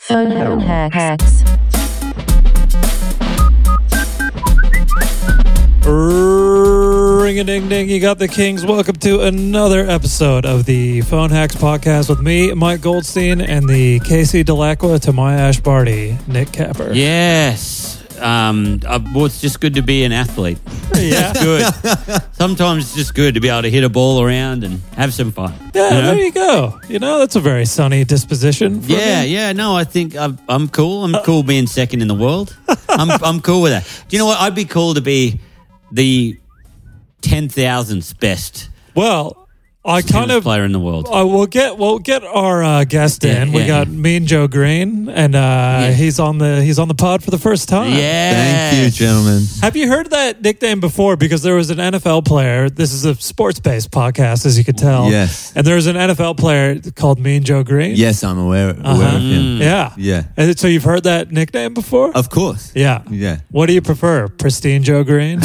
Phone home hacks. Ring a ding ding, you got the Kings. Welcome to another episode of the Phone Hacks Podcast with me, Mike Goldstein, and the Casey Delacqua to my Ash Barty, Nick Capper. Yes. Um, uh, well, it's just good to be an athlete. Yeah. It's good. Sometimes it's just good to be able to hit a ball around and have some fun. Yeah, you know? there you go. You know, that's a very sunny disposition. For yeah, me. yeah. No, I think I'm, I'm cool. I'm cool being second in the world. I'm, I'm cool with that. Do you know what? I'd be cool to be the 10,000th best Well, I kind tennis of. Oh, player in the world. I will get we'll get our uh, guest Yeah, in. we yeah, got yeah. Mean Joe Green, and uh, he's on the he's on the pod for the first time. yeah. Thank you, gentlemen. Have you heard that nickname before? Because there was an NFL player. This is a sports based podcast, as you could tell. Yes. And there was an NFL player called Mean Joe Green. Yes, I'm aware, aware Uh-huh. of him. Yeah. Yeah. And so you've heard that nickname before? Of course. yeah. Yeah. What do you prefer? Pristine Joe Green?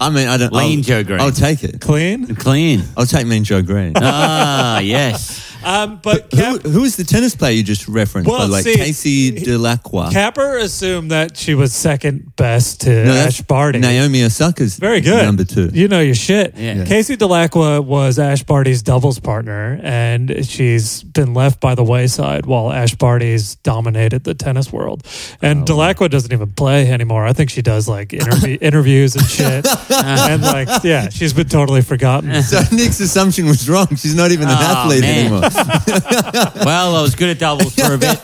I mean, I don't. Lean I'll, Joe Green. I'll take it. Clean? Clean. I'll take Mean Joe Green. Ah, yes. Um, but Who, Uh, Cap- who is the tennis player you just referenced? by Well, the way? see, Casey Delacroix. Capper assumed that she was second best to Ash Barty. Naomi Osaka's Very good. number two. You know your shit. Yeah. Casey Delacqua was Ash Barty's doubles partner, and she's been left by the wayside while Ash Barty's dominated the tennis world. And Oh, Delacqua doesn't even play anymore. I think she does like interview, interviews and shit. and like, yeah, she's been totally forgotten. So Nick's assumption was wrong. She's not even an Ah, Oh, athlete man. anymore. Well, I was good at doubles for a bit.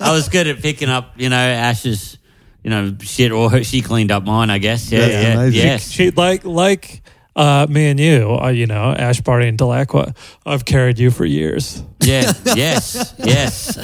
I was good at picking up, you know, Ash's, you know, shit, or her, she cleaned up mine, I guess. Yeah, That's yeah, amazing. yes. She like like uh, me and you, uh, you know, Ash Barty and Delacqua. I've carried you for years. Yeah, yes, yes.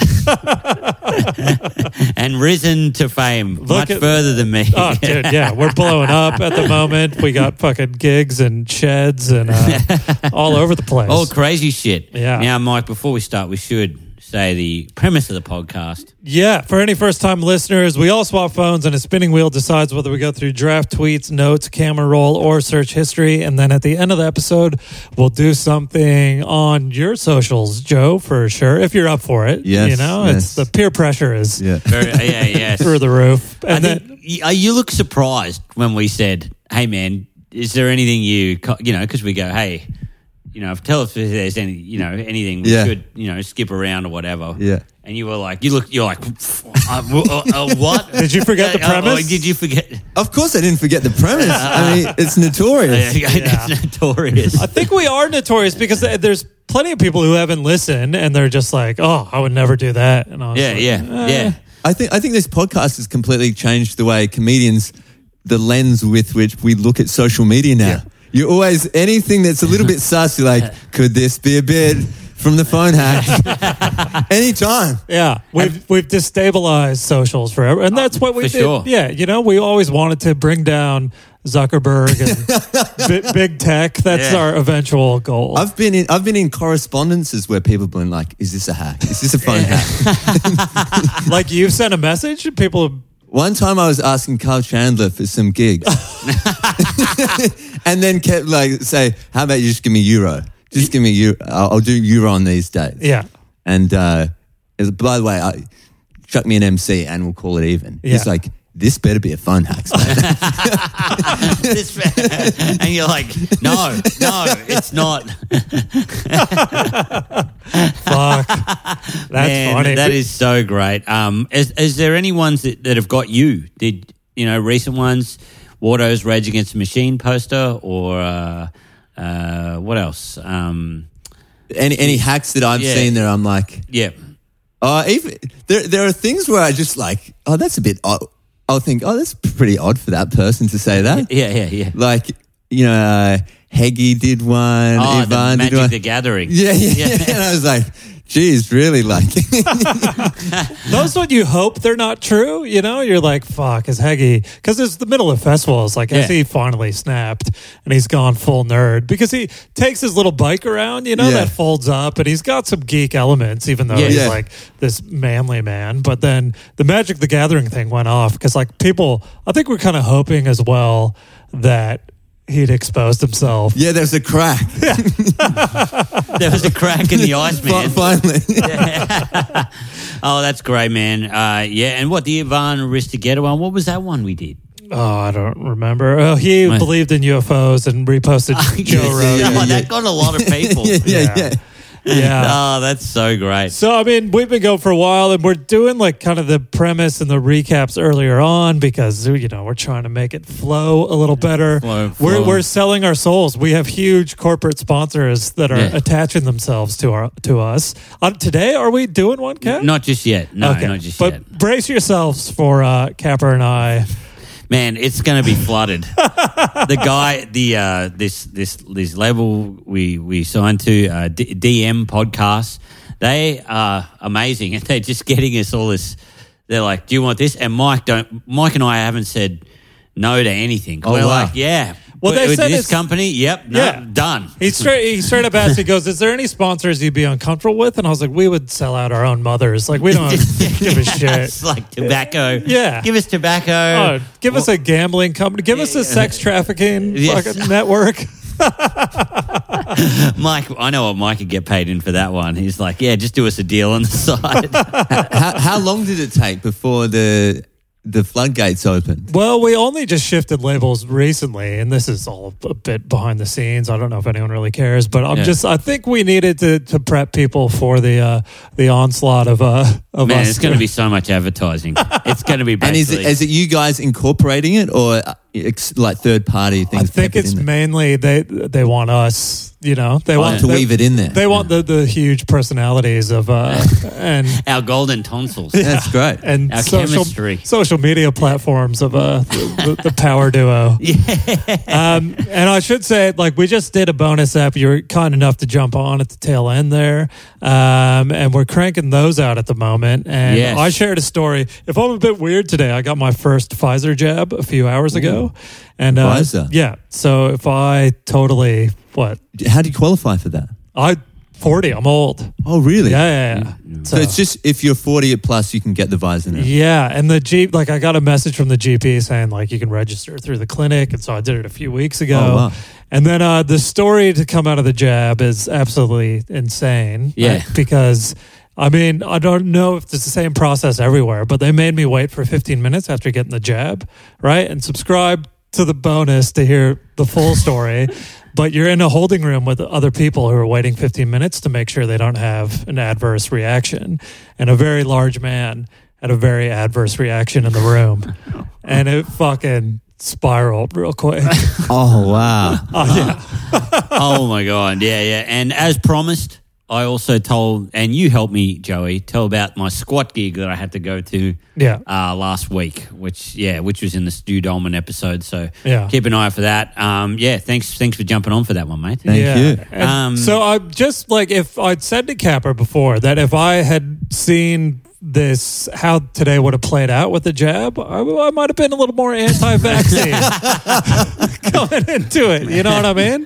and risen to fame much at- further than me. Oh, dude, yeah, we're blowing up at the moment. We got fucking gigs and sheds and uh, all over the place. All crazy shit. Yeah. Now, Mike, before we start, we should say the premise of the podcast. Yeah, for any first time listeners, we all swap phones and a spinning wheel decides whether we go through draft tweets, notes, camera roll, or search history. And then at the end of the episode, we'll do something on your socials, Joe, for sure, if you're up for it. Yes, You know, it's yes. the peer pressure is Yeah. Very, yeah, yes. through the roof. I And then, think y- uh, you look surprised when we said, "Hey, man, is there anything you co- you know?" Because we go, "Hey, you know, if- tell us if there's any you know anything we Yeah. should you know skip around or whatever." Yeah. And you were like, "You look, you're like, uh, w- uh, uh, what?" Did you forget the Uh, uh, premise? did you forget? Of course, I didn't forget the premise. I mean, it's notorious. it's notorious. I think we are notorious because th- there's plenty of people who haven't listened and they're just like, oh, I would never do that. And I was Yeah, like, yeah, yeah. I think I think this podcast has completely changed the way comedians, the lens with which we look at social media now. You're always anything that's a little bit sus. You're like, could this be a bit from the phone hack? Anytime. Yeah, we've we've destabilized socials forever, and that's what we Uh, For did. sure. Yeah, you know, we always wanted to bring down Zuckerberg and big, big tech. That's Yeah. our eventual goal. I've been in I've been in correspondences where people have been like, is this a hack? Is this a phone hack? like you've sent a message, and people. One time I was asking Carl Chandler for some gigs. and then kept like say, how about you just give me euro? Just give me euro. I'll, I'll do euro on these dates. Yeah, And uh, it was- by the way, I, chuck me an MC and we'll call it even. He's Yeah. like, this better be a phone hacks. mate." This- and you're like, no, no, it's not. fuck. That's Man, funny. That is so great. Um, is, is there any ones that, that have got you? Did you know recent ones? Wardo's Rage Against the Machine poster, or uh, uh, what else? Um, any any hacks that I've Yeah. seen there, I'm like, yeah, oh, even there there are things where I just like, oh, that's a bit odd. I'll think, oh, that's pretty odd for that person to say that. yeah, yeah, yeah. Like, you know, uh, Heggy did one, Oh, the Ivan did Magic one. the Gathering. yeah, yeah, Yeah. yeah. And I was like, geez, really? Like, Those what you hope they're not true. You know, you're like, fuck, is Heggy because it's the middle of festivals. Like, has Yeah. he finally snapped and he's gone full nerd because he takes his little bike around. You know, Yeah. that folds up and he's got some geek elements, even though Yeah. he's Yeah. like this manly man. But then the Magic the Gathering thing went off because like people, I think we're kind of hoping as well that. he'd exposed himself. Yeah, there's a crack. There was a crack in the ice, Fi- man. Finally. Oh, that's great, man. Uh, yeah, and what the Ivan Aristoghetto one? What was that one we did? Oh, I don't remember. Oh, he Right. believed in UFOs and reposted Joe Yeah, Rogan. yeah, yeah. Oh, that got a lot of people. yeah, yeah, Yeah. yeah. Yeah. Oh, that's so great. So I mean, we've been going for a while, and we're doing like kind of the premise and the recaps earlier on because you know we're trying to make it flow a little better. Flow, We're flow. we're selling our souls. We have huge corporate sponsors that are Yeah. attaching themselves to our to us. Uh, today, are we doing one, Cap? Not just yet. No, okay. not just but yet. brace yourselves for uh, Capper and I. Man, it's going to be flooded. the guy, the uh, this this this label we we signed to uh, D- DM Podcasts, they are amazing, and they're just getting us all this. They're like, "Do you want this?" And Mike don't. Mike and I haven't said no to anything. Oh, We're wow. like, "Yeah." Well, they With said this it's- company. Yep. No, Yeah. Done. He straight he straight up asked. He goes, "Is there any sponsors you'd be uncomfortable with?" And I was like, "We would sell out our own mothers. Like we don't give a shit." it's like tobacco. Yeah. Give us tobacco. Oh, give us a gambling company. Give us a sex trafficking Yes. fucking network. Mike, I know what Mike could get paid in for that one. He's like, yeah, just do us a deal on the side. How, how long did it take before the the floodgates opened? Well, we only just shifted labels recently, and this is all a bit behind the scenes. I don't know if anyone really cares, but I'm Yeah. just. I think we needed to, to prep people for the uh, the onslaught of uh of Man, us. it's going to be so much advertising. It's going to be And is basically. it, is it you guys incorporating it or uh, ex- like third party I things? think peppered it's in there? mainly they they want us. You know, they Oh, want to they, weave it in there. They want the the huge personalities of uh and. our golden tonsils. That's great. And Our social, chemistry. social media platforms of uh, the, the power duo. um, and I should say, like, we just did a bonus app. You were kind enough to jump on at the tail end there. Um, and we're cranking those out at the moment. And Yes. I shared a story. If I'm a bit weird today, I got my first Pfizer jab a few hours ago. And uh, Pfizer? Yeah. So if I totally, what? How do you qualify for that? I 40, I'm old. Oh, really? Yeah. yeah, yeah. So it's just if you're 40 plus, you can get the Visor now. Yeah, and the Jeep, like I got a message from the GP saying like you can register through the clinic, and so I did it a few weeks ago. Oh, wow. And then uh, the story to come out of the jab is absolutely insane. Yeah. like, because I mean I don't know if it's the same process everywhere, but they made me wait for 15 minutes after getting the jab, right, and subscribe to the bonus to hear the full story. But you're in a holding room with other people who are waiting 15 minutes to make sure they don't have an adverse reaction. And a very large man had a very adverse reaction in the room. And it fucking spiraled real quick. Oh, wow. Oh, yeah. oh my god, yeah, yeah. And as promised, I also told, and you helped me, Joey, tell about my squat gig that I had to go to Yeah. uh, last week, which yeah, which was in the Stu Dolman episode. So Yeah. keep an eye out for that. Um, yeah, thanks, thanks for jumping on for that one, mate. Thank you. And Um, so I'm just like, if I'd said to Capper before that if I had seen this, how today would have played out with the jab, I, I might have been a little more anti vaccine coming into it. You know what I mean?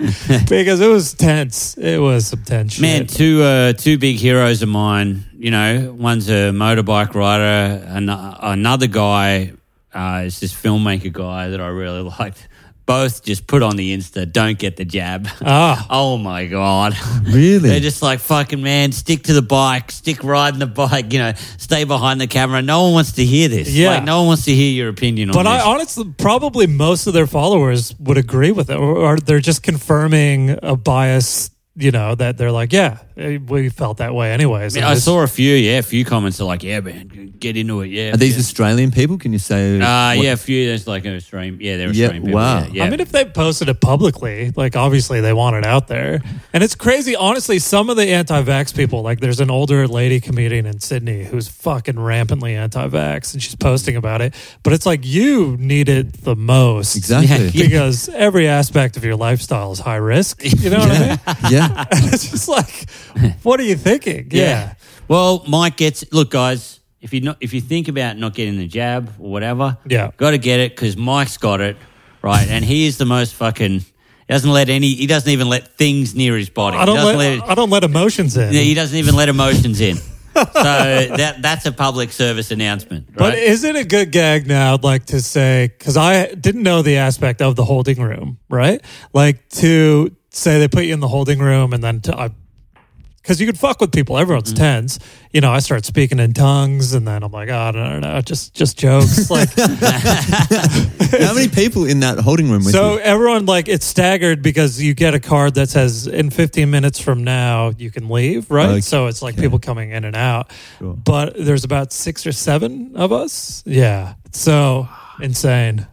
Because it was tense. It was some tense Man, shit. two uh, two big heroes of mine. You know, one's a motorbike rider, and another guy uh, is this filmmaker guy that I really liked. Both just put on the Insta, don't get the jab. Ah. Oh my god! Really? They're just like fucking man. Stick to the bike. Stick riding the bike. You know, stay behind the camera. No one wants to hear this. Yeah. like, no one wants to hear your opinion on But I this. honestly, probably most of their followers would agree with it, or, or they're just confirming a bias. You know that they're like, yeah, eh, we felt that way anyways. I, And this- saw a few. Yeah, a few comments are like, yeah, man, get into it. Yeah, Are these yeah. Australian people? Can you say? Uh, what- yeah, a few. There's like a stream. Yeah, they're a Yeah, stream. people, wow. Yeah, yeah. I mean, if they posted it publicly, like obviously they want it out there. And it's crazy, honestly. Some of the anti-vax people, like there's an older lady comedian in Sydney who's fucking rampantly anti-vax, and she's posting about it. But it's like you need it the most, Exactly. Yeah. because every aspect of your lifestyle is high risk. You know what I mean? yeah. And it's just like, what are you thinking? Yeah. Well, Mike gets look, guys. If you not, if you think about not getting the jab or whatever, Yeah. got to get it because Mike's got it right, and he is the most fucking. He doesn't let any. He doesn't even let things near his body. I he don't doesn't let, let I don't let emotions in. yeah, he doesn't even let emotions in. that that's a public service announcement. Right? But isn't it a good gag now, like to say, because I didn't know the aspect of the holding room, right? Like to say they put you in the holding room and then to, I, because you could fuck with people. Everyone's tens. You know, I start speaking in tongues, and then I'm like, oh, no, no, no, just just jokes. like, How many people in that holding room with so you? everyone like it's staggered because you get a card that says in 15 minutes from now you can leave, right? Okay. So it's like people coming in and out. Sure. But there's about six or seven of us. Yeah, so insane.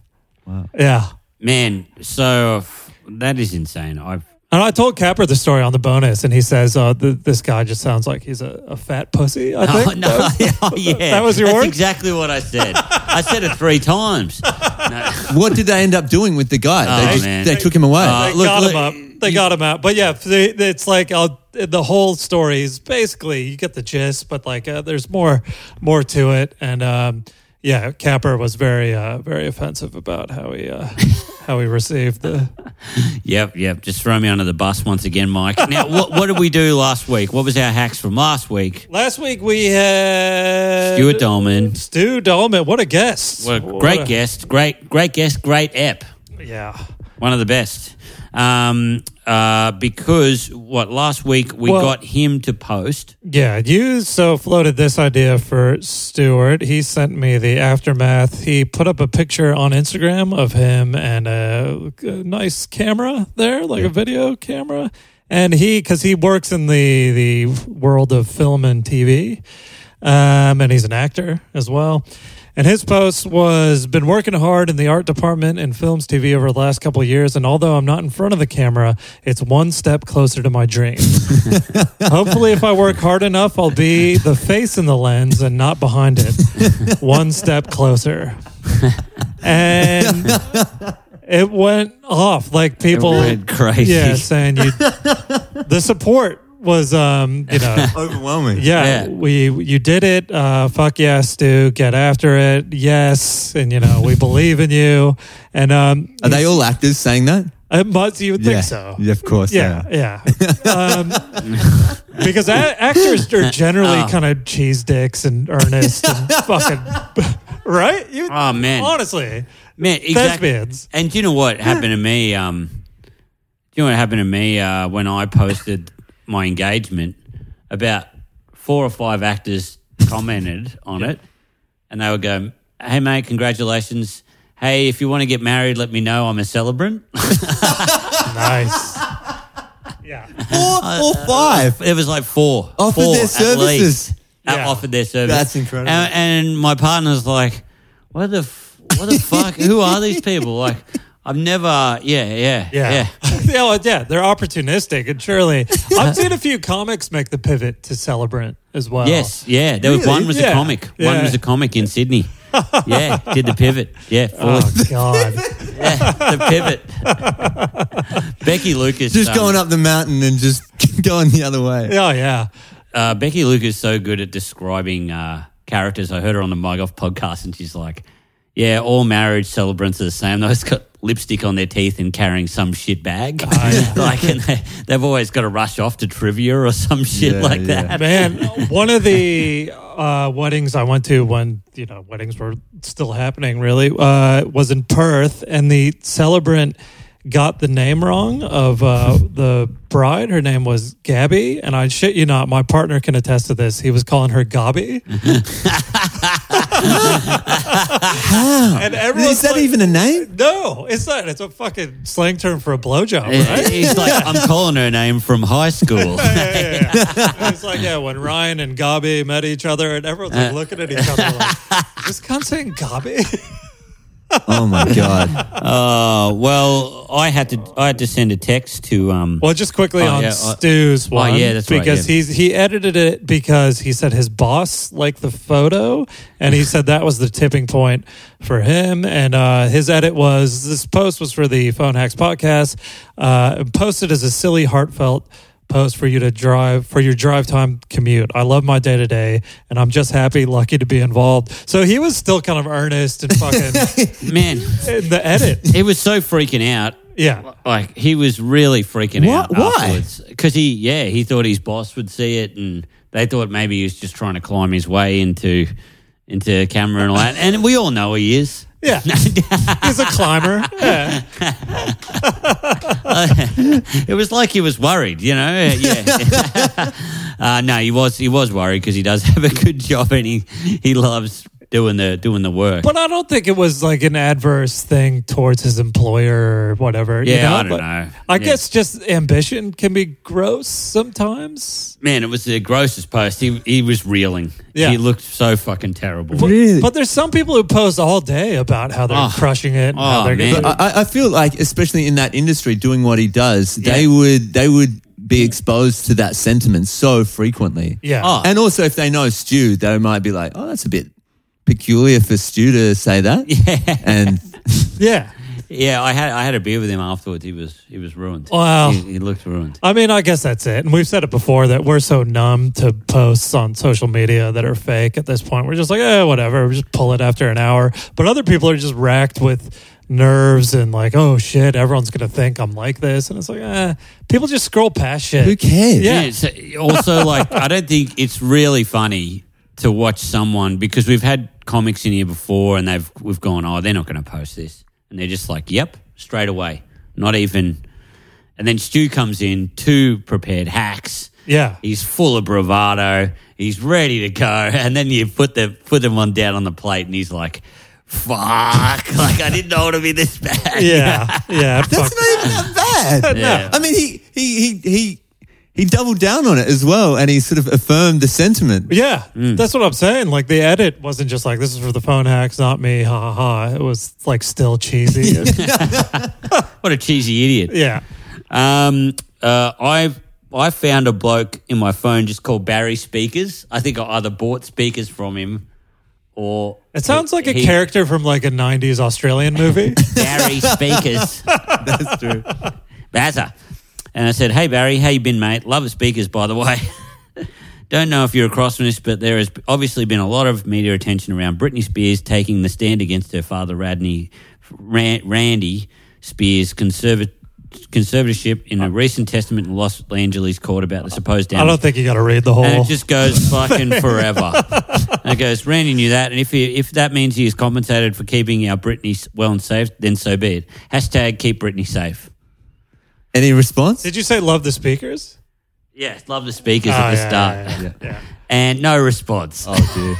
Wow. Yeah. Man, so f- that is insane. I've And I told Capper the story on the bonus, and he says, uh, th- "This guy just sounds like he's a, a fat pussy." I Oh, think no, oh, yeah. that was your That's word? exactly what I said. I said it three times. No. What did they end up doing with the guy? Oh, they just man. they took him away. Uh, they look, got look, him up. They got him out. But yeah, they, it's like i the whole story is basically you get the gist, but like uh, there's more more to it. And um, yeah, Capper was very uh, very offensive about how he uh, how he received the. Yep, yep. Just throw me under the bus once again, Mike. Now, what, what did we do last week? What was our hacks from last week? Last week we had Stuart Dolman. Stu Dolman. What a guest! What a What great a- guest. Great, great guest. Great ep. Yeah. One of the best. Um, uh, because what last week we Well- got him to post. Yeah, you so floated this idea for Stuart. He sent me the aftermath. He put up a picture on Instagram of him and a, a nice camera there, like a video camera. And he, because he works in the the world of film and TV, um, and he's an actor as well. And his post was been working hard in the art department and films TV over the last couple of years. And although I'm not in front of the camera, it's one step closer to my dream. Hopefully, if I work hard enough, I'll be the face in the lens and not behind it. One step closer. And it went off. Like people, went crazy. Yeah, saying you. The support was, um, you know, Overwhelming. yeah, Yeah. we you did it. Uh, fuck yes, Stu, get after it. Yes, and you know we believe in you. And um, Are they all actors saying that? Uh, it must you would think so. Yeah, of course. Yeah, they are. yeah. Um, because a- actors are generally Oh. kind of cheese dicks and earnest and fucking right. You Oh man, honestly, man, exactly. Thespians. And do you know what happened to me? Um, do you know what happened to me uh, when I posted my engagement? About four or five actors commented on it, and they would go, "Hey mate, congratulations." Hey, if you want to get married, let me know. I'm a celebrant. nice. Yeah, Four or five. It was like four. Offered four their at services. least, that Yeah. Offered their services. That's incredible. And, and my partner's like, what the, f- what the fuck? Who are these people? Like, I've never, yeah, yeah, yeah, yeah. yeah. well, yeah, they're opportunistic, and surely I've seen a few comics make the pivot to celebrant as well. Yes, yeah. There was Really? one was Oh. Yeah. a comic. Yeah. One was a comic in Sydney. yeah, did the pivot. Yeah, fully. Oh God. yeah, the pivot. Becky Lucas. Just um, going up the mountain and just going the other way. Oh yeah. uh, Becky Luke is so good at describing uh, characters. I heard her on the Mug Off podcast, and she's like, "Yeah, all marriage celebrants are the same. They've got lipstick on their teeth and carrying some shit bag. like, and they, they've always got to rush off to trivia or some shit Yeah, like yeah. that. Man, one of the uh, weddings I went to when you know weddings were still happening really uh, was in Perth, and the celebrant got the name wrong of uh, the bride. Her name was Gabby, and I shit you not, my partner can attest to this. He was calling her Gobby, and everyone's Is that like, even a name? No, it's not. It's a fucking slang term for a blowjob, right? He's like, I'm calling her name from high school. yeah, yeah, yeah. it's like yeah, when Ryan and Gabi met each other, and everyone's like looking at each other like, "This cunt saying Gabi." Oh my god. Uh, well, I had to I had to send a text to um. well, just quickly Oh, on yeah, uh, Stu's one, yeah, that's right, because yeah. he's he edited it because he said his boss liked the photo, and he said that was the tipping point for him. And uh, his edit was this post was for the Phone Hacks podcast, uh, and posted as a silly, heartfelt. Post for you to drive for your drive time commute. I love my day to day, and I'm just happy, lucky to be involved. So he was still kind of earnest and fucking Man, in the edit. he was so freaking out. Yeah, Like he was really freaking Wha- out why? afterwards because he yeah he thought his boss would see it and They thought maybe he was just trying to climb his way into into camera and all that. And we all know he is. Yeah. He's a climber. Yeah. It was like he was worried, you know. Uh, Yeah. uh, no, he was he was worried because he does have a good job and he he loves doing the doing the work. But I don't think it was like an adverse thing towards his employer or whatever. you Yeah, I don't But know. I Yeah. guess just ambition can be gross sometimes. Man, it was the grossest post. He he was reeling. Yeah. He looked so fucking terrible. But, Really? but there's some people who post all day about how they're Oh. crushing it. And how Oh, they're man. Gonna, But I, I feel like, especially in that industry, doing what he does, they Yeah. would they would be exposed to that sentiment so frequently. yeah. Oh. And also, if they know Stu, they might be like, "Oh, that's a bit peculiar for Stu to say that." Yeah. And Yeah. Yeah, I had I had a beer with him afterwards. He was he was ruined. Wow. he, he looked ruined. I mean, I guess that's it. And we've said it before that we're so numb to posts on social media that are fake at this point. We're just like, eh, whatever. We just pull it after an hour. But other people are just racked with nerves and like, oh shit, everyone's going to think I'm like this. And it's like, eh, people just scroll past shit. who cares? Yeah. so also, like, I don't think it's really funny to watch someone because we've had comics in here before, and they've we've gone, oh, they're not going to post this, and they're just like, yep, straight away, not even. And then Stu comes in, two prepared hacks. Yeah. He's full of bravado. He's ready to go, and then you put the put him on down on the plate, and he's like, "Fuck! like I didn't know it'd be this bad." Yeah. Yeah. fuck. That's not even that bad. Yeah. I mean, he he he he he doubled down on it as well, and he sort of affirmed the sentiment. Yeah, that's what I'm saying. Like the edit wasn't just like this is for the phone hacks, not me, ha ha. ha." It was like still cheesy. What a cheesy idiot! yeah, Um, uh, I I found a bloke in my phone just called Barry Speakers. I think I either bought speakers from him or it sounds like a He- character from like a '90s Australian movie. Barry Speakers. That's true. Bazza. And I said, "Hey Barry, how you been, mate? Love the speakers, by the way." Don't know if you're across from this, but there has obviously been a lot of media attention around Britney Spears taking the stand against her father, Radney, Ran, Randy Spears, conserva- conservatorship in a recent testament in Los Angeles court about the supposed I damage don't think you got to read the whole. And it just goes fucking forever. and it goes, Randy knew that. And if he, if that means he is compensated for keeping our Britney s- well and safe, then so be it. Hashtag keep Britney safe. Any response? Did you say love the speakers? Yeah, love the speakers Oh, at the yeah, start. yeah, yeah, yeah. And no response. Oh dear.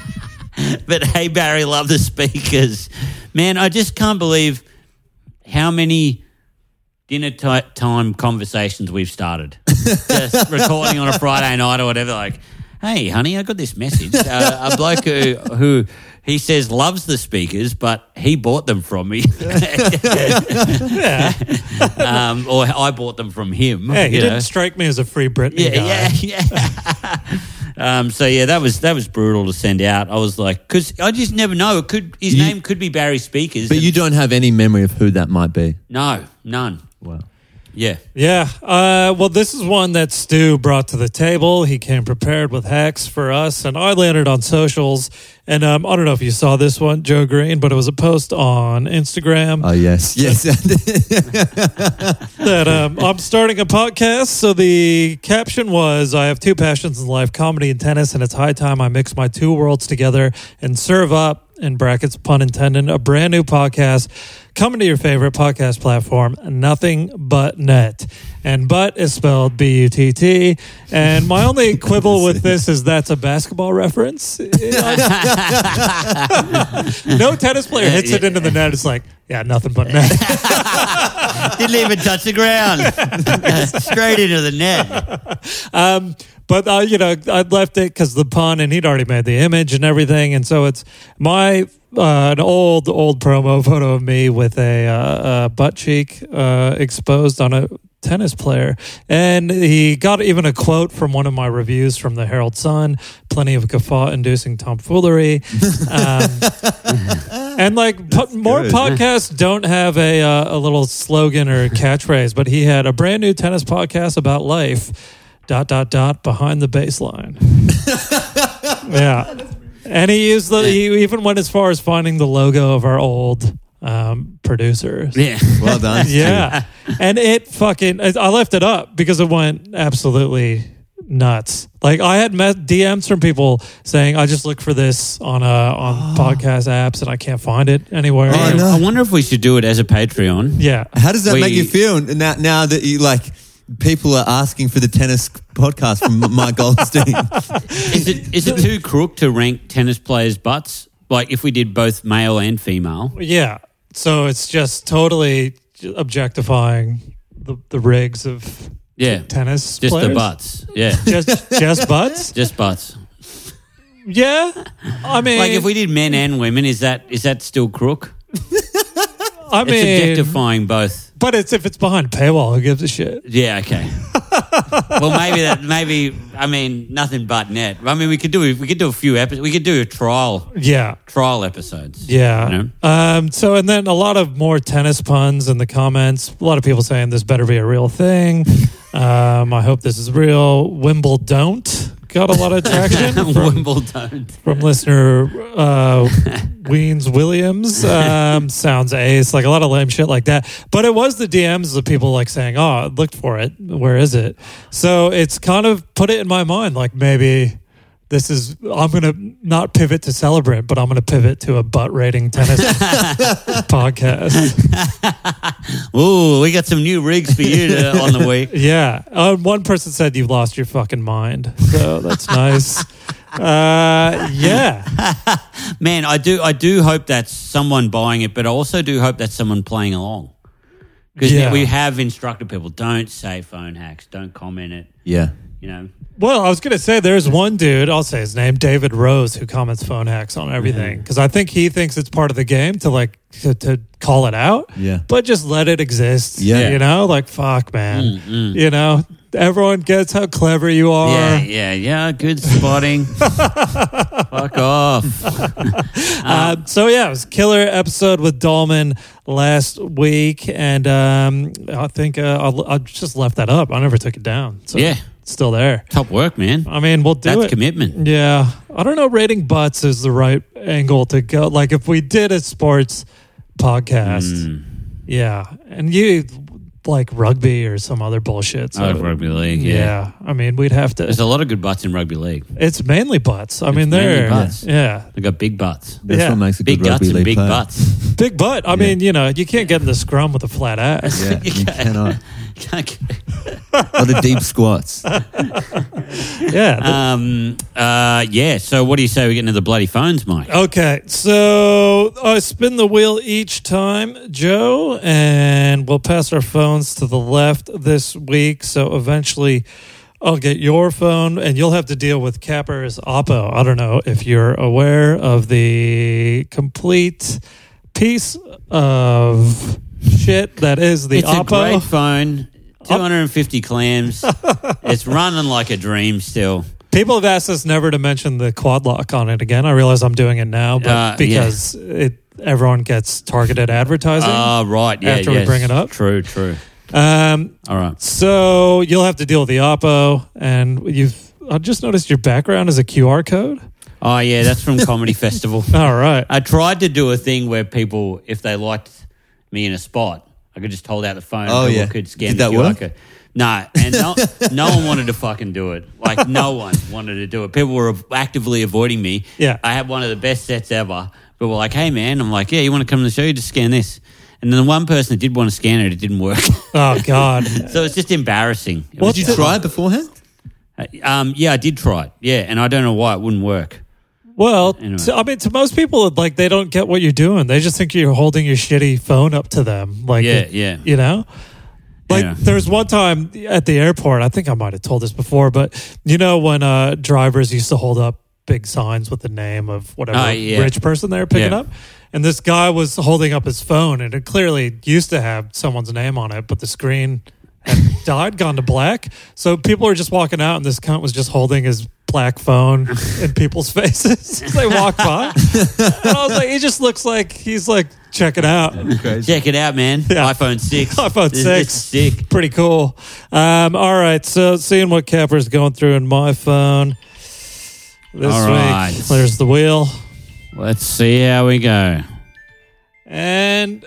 But hey, Barry, love the speakers. Man, I just can't believe how many dinner ti- time conversations we've started. just recording on a Friday night or whatever. Like, hey, honey, I got this message. Uh, a bloke who, who he says loves the speakers, but he bought them from me. Yeah. um, or I bought them from him. Hey, he you didn't know. strike me as a free Britney guy. yeah, yeah, yeah. um, so yeah, that was that was brutal to send out. I was like, because I just never know. It could his You- name could be Barry Speakers. But and- you don't have any memory of who that might be. no, none. Wow. Yeah, Yeah. Uh, well, this is one that Stu brought to the table. He came prepared with hacks for us, and I landed on socials. And um, I don't know if you saw this one, Joe Green, but it was a post on Instagram Oh yes, yes. that um, I'm starting a podcast. So the caption was I have two passions in life comedy and tennis, and it's high time I mix my two worlds together and serve up, in brackets, pun intended, a brand new podcast coming to your favorite podcast platform, Nothing But Net. And but is spelled B U T T. And my only quibble with this is that's a basketball reference. no tennis player hits it into the net. It's like, yeah, nothing but net. didn't even touch the ground. Straight into the net. Um, but uh, you know, I left it because the pun, and he'd already made the image and everything, and so it's my uh, an old old promo photo of me with a, uh, uh butt cheek uh, exposed on a tennis player, and he got even a quote from one of my reviews from the Herald Sun: "Plenty of guffaw-inducing tomfoolery." um, and like po- more good. podcasts don't have a uh, a little slogan or catchphrase, but he had a brand new tennis podcast about life. Dot dot dot behind the baseline. yeah, and he used the he even went as far as finding the logo of our old um, producer. Yeah. well done. Yeah, and it fucking I left it up because it went absolutely nuts. Like I had met DMs from people saying, "I just looked for this on uh, on podcast apps and I can't find it anywhere." Oh, Man, no. Oh. I wonder if we should do it as a Patreon. Yeah, How does that We- make you feel now, now that you like people are asking for the tennis podcast from Mike Goldstein? Is it is it too crook to rank tennis players' butts? Like if we did both male and female. yeah. So it's just totally objectifying the the rigs of Yeah. tennis Just players. the butts. Yeah. Just just butts. Just butts. Yeah, I mean, Like if we did men and women, is that is that still crook? I It's mean, objectifying both. but it's if it's behind a paywall, who gives a shit? Yeah, okay. well, maybe that. Maybe I mean nothing but net. I mean, we could do we could do a few episodes. We could do a trial Yeah. trial episodes. Yeah. You Um, so, and then a lot of more tennis puns in the comments. A lot of people saying this better be a real thing. um, I hope this is real. Wimble don't got a lot of traction from, Wimbledon. from listener uh, Weens Williams. Um, sounds ace. Like a lot of lame shit like that. But it was the DMs of people like saying, oh, I looked for it. Where is it? So it's kind of put it in my mind like maybe. This is, I'm going to not pivot to celebrant, but I'm going to pivot to a butt rating tennis podcast. Ooh, we got some new rigs for you to, on the week. Yeah. Uh, one person said you've lost your fucking mind. So that's nice. Uh, yeah. Man, I do I do hope that's someone buying it, but I also do hope that's someone playing along. Because Yeah. we have instructed people don't say phone hacks, don't comment it. yeah. You know, Well, I was going to say there's one dude, I'll say his name, David Rose, who comments phone hacks on everything Mm-hmm. because I think he thinks it's part of the game to like to, to call it out. Yeah. But just let it exist. Yeah. You know, like fuck, man. You know, everyone gets how clever you are. yeah, yeah, yeah. Good spotting. Fuck off. Uh, so yeah, it was a killer episode with Dolman last week, and um, I think uh, I'll, I just left that up. I never took it down. So Yeah. it's still there. Top work, man. I mean, we'll do That's it. commitment. Yeah, I don't know. Rating butts is the right angle to go. Like if we did a sports podcast, Mm. yeah, and you like rugby or some other bullshit. so- Oh, rugby league. yeah. Yeah. I mean we'd have to. There's a lot of good butts in rugby league. It's mainly butts. I mean, mainly they're butts. yeah, They got big butts, That's Yeah. what makes a big good rugby guts, and league big player. butts. big butt. I mean, you know, you can't get in the scrum with a flat ass. Yeah, you cannot. Can't- A lot of deep squats. yeah. the- um, uh, yeah. So, what do you say we get into the bloody phones, Mike? Okay, so I spin the wheel each time, Joe, and we'll pass our phones to the left this week. So eventually, I'll get your phone, and you'll have to deal with Capper's Oppo. I don't know if you're aware of the complete piece of shit that is the it's a Oppo. great phone. 250 clams. it's running like a dream still. People have asked us never to mention the quad lock on it again. I realize I'm doing it now, but Uh, yeah. because it everyone gets targeted advertising. Oh, right. Yeah. After we yes. bring it up? True, true. Um, All right. so you'll have to deal with the Oppo, and you've. I just noticed your background is a QR code. Oh, yeah. That's from Comedy Festival. All right. I tried to do a thing where people, if they liked me in a spot, I could just hold out the phone. Oh, and people yeah. could scan Did the that QR work? code. No, and no, no one wanted to fucking do it. Like no one wanted to do it. People were actively avoiding me. Yeah. I had one of the best sets ever. But we're like, hey man, I'm like, yeah, you want to come to the show? You just scan this. And then the one person that did want to scan it, it didn't work. Oh God. so it's just embarrassing. It was Did you just- try it beforehand? Um, yeah, I did try it. Yeah, and I don't know why it wouldn't work. Well, Anyway. to- I mean, to most people, like they don't get what you're doing. They just think you're holding your shitty phone up to them. Like, Yeah, it- yeah. You know. Like Yeah. there's one time at the airport, I think I might have told this before, but you know when uh, drivers used to hold up big signs with the name of whatever Oh, yeah. rich person they were picking Yeah. up, and this guy was holding up his phone, and it clearly used to have someone's name on it, but the screen had died, gone to black, so people were just walking out, and this cunt was just holding his black phone in people's faces as they walked by, and I was like, he just looks like he's like checking out. Crazy. Check it out, man. iPhone six. iPhone This is 6. sick. Pretty cool. Um, all right. So, seeing what Capper's going through in my phone this All right. week. There's the wheel. Let's see how we go. And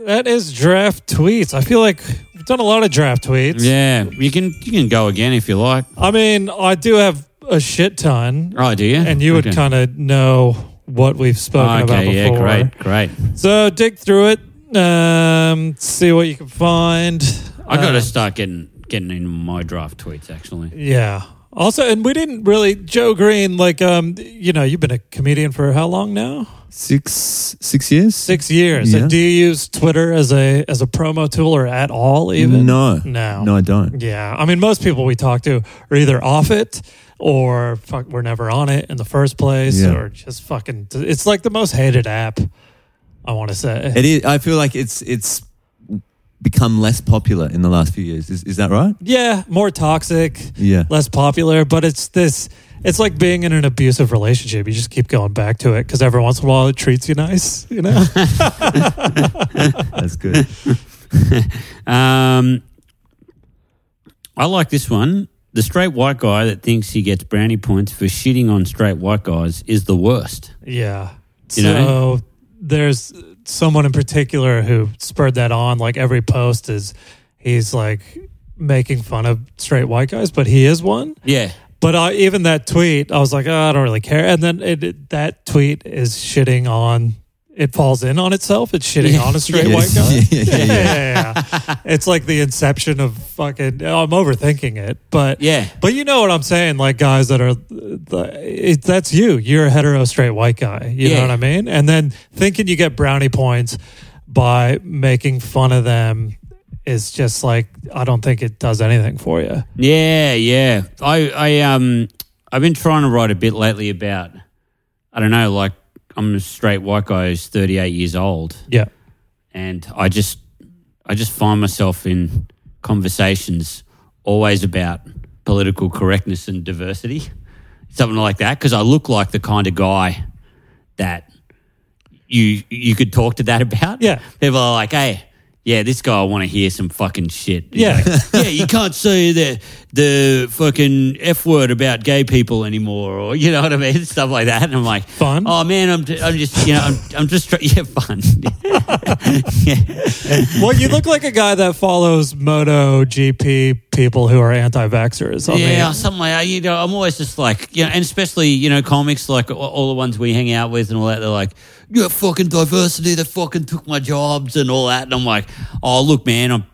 that is draft tweets. I feel like Done a lot of draft tweets. Yeah, you can you can go again if you like. I mean, I do have a shit ton, Oh, do you? and you would Okay. kind of know what we've spoken about okay, yeah, before. great, great. So dig through it, um, see what you can find. I got Uh, to start getting getting in my draft tweets actually. Yeah. Also, and we didn't really Joe Green. Like, um, you know, you've been a comedian for how long now? Six six years. Six years. Yeah. And do you use Twitter as a as a promo tool or at all? Even No. no, No, I don't. Yeah, I mean, most people we talk to are either off it or fuck, we're never on it in the first place, Yeah. or just fucking. It's like the most hated app. I want to say. It is. I feel like it's it's become less popular in the last few years. Is, is that right? yeah, more toxic, Yeah. less popular, but it's this. It's like being in an abusive relationship. You just keep going back to it because every once in a while it treats you nice, you know. That's good. Um, I like this one. The straight white guy that thinks he gets brownie points for shitting on straight white guys is the worst. yeah. You so know? there's someone in particular who spurred that on. Like every post is, he's like making fun of straight white guys, but he is one. Yeah. But I, even that tweet, I was like, oh, I don't really care. And then it, it- that tweet is shitting on. It falls in on itself. It's shitting Yeah. on a straight Yeah. white guy. Yeah, yeah, yeah, yeah. It's like the inception of fucking. I'm overthinking it, but Yeah. But you know what I'm saying? Like guys that are, the, it, that's you. You're a hetero straight white guy. You Yeah. know what I mean? And then thinking you get brownie points by making fun of them is just like I don't think it does anything for you. Yeah, yeah. I, I, um, I've been trying to write a bit lately about, I don't know, like I'm a straight white guy who's 38 years old, Yeah. and I just, I just find myself in conversations always about political correctness and diversity, something like that, because I look like the kind of guy that you you could talk to that about. Yeah. people are like, hey. Yeah, this guy I want to hear some fucking shit. He's Yeah. like, yeah, you can't say the the fucking f word about gay people anymore, or you know what I mean, stuff like that. And I'm like, Fun. Oh man, I'm, j- I'm just you know I'm I'm just try- yeah fun. yeah. well, you look like a guy that follows Moto GP people who are anti-vaxxers. I yeah, mean, something like that. You know, I'm always just like, you know, and especially, you know, comics, like a- all the ones we hang out with and all that, they're like, you're fucking diversity. They fucking took my jobs and all that. And I'm like, oh, look, man, I'm,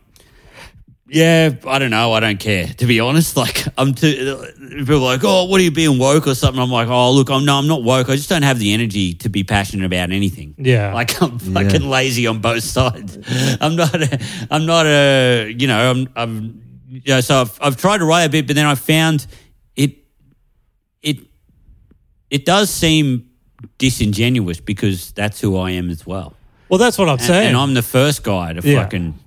yeah, I don't know. I don't care, to be honest. Like, I'm too, people are like, oh, what are you being woke or something? I'm like, oh, look, I'm no, I'm not woke. I just don't have the energy to be passionate about anything. Yeah. Like, I'm fucking lazy on both sides. I'm not, a, I'm not a, you know, I'm, I'm, yeah, so I've, I've tried to write a bit, but then I found it, it, it does seem disingenuous because that's who I am as well. well, that's what I'm And, saying. and I'm the first guy to Yeah. fucking,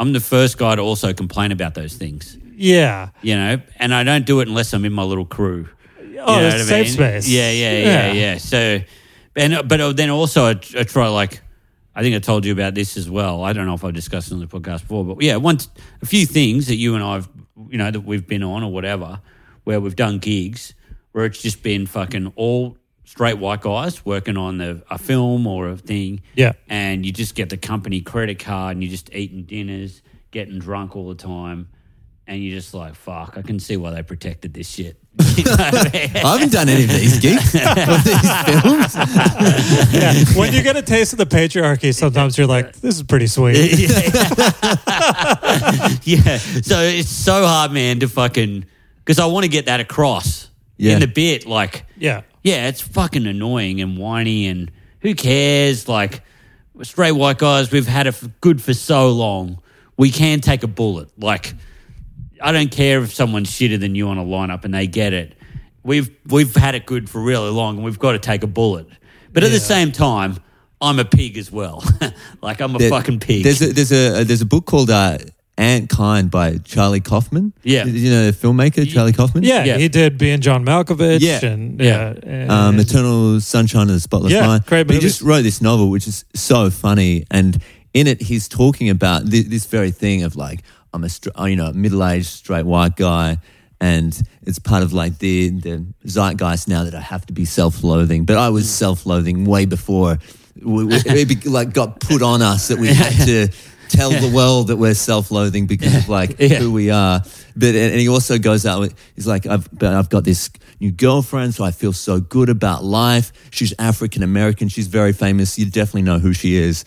I'm the first guy to also complain about those things, yeah. you know, and I don't do it unless I'm in my little crew. Oh, You know it's what I safe mean? space. Yeah, yeah, yeah, yeah. So, and but oh, then also I, I try like I think I told you about this as well. I don't know if I discussed it on the podcast before, but yeah, once a few things that you and I've you know that we've been on or whatever, where we've done gigs where it's just been fucking all straight white guys working on the, a film or a thing. Yeah. and you just get the company credit card and you're just eating dinners, getting drunk all the time. And you're just like, fuck, I can see why they protected this shit. You know what I mean? I haven't done any of these gigs or these films. Yeah. When you get a taste of the patriarchy, sometimes you're like, this is pretty sweet. yeah. So it's so hard, man, to fucking because I want to get that across Yeah. in the bit. Like, Yeah. yeah, it's fucking annoying and whiny, and who cares? Like, straight white guys, we've had it f- good for so long. We can take a bullet. Like, I don't care if someone's shitter than you on a lineup and they get it. We've we've had it good for really long, and we've got to take a bullet. But at the Yeah. same time, I'm a pig as well. like I'm a There- fucking pig. There's a there's a there's a book called uh, Ant Kind by Charlie Kaufman. Yeah. you know the filmmaker Charlie Kaufman. Yeah, Yeah. he did being John Malkovich Yeah. and Yeah. yeah, and- Um, Eternal Sunshine of the Spotless Yeah, Mind. great But he movie. just wrote this novel, which is so funny, and in it he's talking about thi- this very thing of like I'm a str- oh, you know middle aged straight white guy, and it's part of like the the zeitgeist now that I have to be self loathing, but I Mm. was self loathing way before we, we, it be, like got put on us that we had to tell the world that we're self-loathing because of like Yeah. who we are. But and and he also goes out with he's like I've but I've got this new girlfriend, so I feel so good about life. She's African American. She's very famous. You definitely know who she is.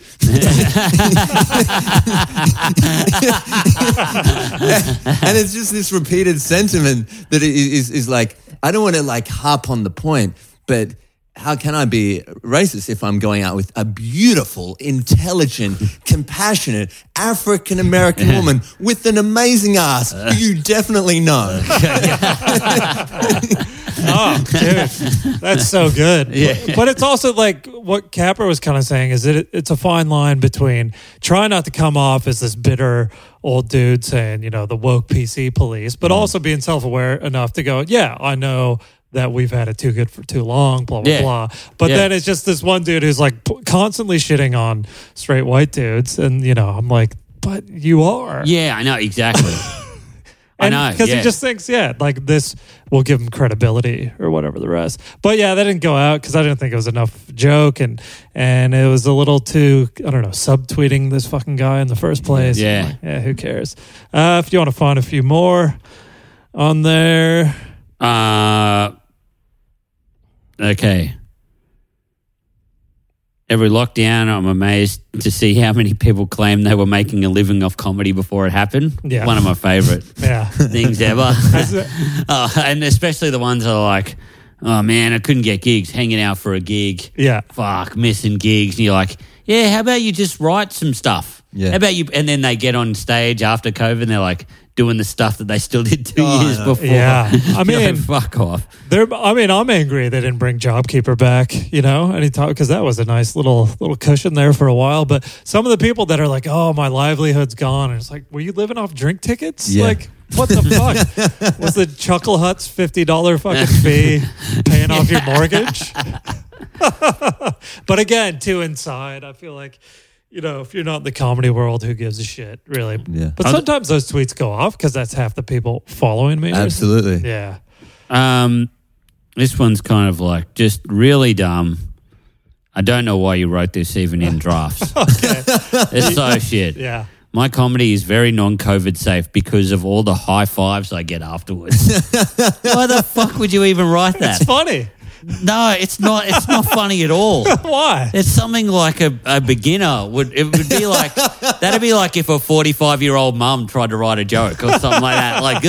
and it's just this repeated sentiment that i- is is like I don't want to like harp on the point, but how can I be racist if I'm going out with a beautiful, intelligent, compassionate African American woman with an amazing ass? who You definitely know. oh, dude, that's so good. But, but it's also like what Capper was kind of saying is that it, it's a fine line between try not to come off as this bitter old dude saying, you know, the woke PC police, Mm-hmm. but also being self aware enough to go, yeah, I know. That we've had it too good for too long, blah blah Yeah. blah. But Yeah. then it's just this one dude who's like p- constantly shitting on straight white dudes, and you know, I'm like, but you are, Yeah, I know exactly. I know because yeah. he just thinks, yeah, like this will give him credibility or whatever the rest. But yeah, that didn't go out because I didn't think it was enough joke, and and it was a little too I don't know subtweeting this fucking guy in the first place. Yeah. Like, yeah, who cares? Uh, if you want to find a few more on there, Uh, okay. Every lockdown, I'm amazed to see how many people claim they were making a living off comedy before it happened. Yeah. One of my favorite yeah, things ever. Uh, and especially the ones that are like, oh man, I couldn't get gigs, hanging out for a gig. yeah, Fuck, missing gigs. And you're like, yeah, how about you just write some stuff? Yeah. How about you? And then they get on stage after COVID and they're like doing the stuff that they still did two Oh, years no. before. Yeah. I You're like, mean- fuck off. There, I mean, I'm angry they didn't bring JobKeeper back. You know, anytime because that was a nice little little cushion there for a while. But some of the people that are like, "Oh, my livelihood's gone," and it's like, "Were you living off drink tickets? Yeah. Like, what the fuck was the Chuckle Hut's fifty dollar fucking fee paying off your mortgage?" but again, too inside. I feel like. You know, if you're not in the comedy world, who gives a shit, really? Yeah. But sometimes those tweets go off because that's half the people following me. or something. Absolutely. Yeah. Um, this one's kind of like just really dumb. I don't know why you wrote this even in drafts. It's so shit. Yeah. My comedy is very non-COVID safe because of all the high fives I get afterwards. why the fuck would you even write that? It's funny. no, it's not. It's not funny at all. Why? It's something like a, a beginner would. It would be like that'd be like if a forty-five-year-old mum tried to write a joke or something like that. Like,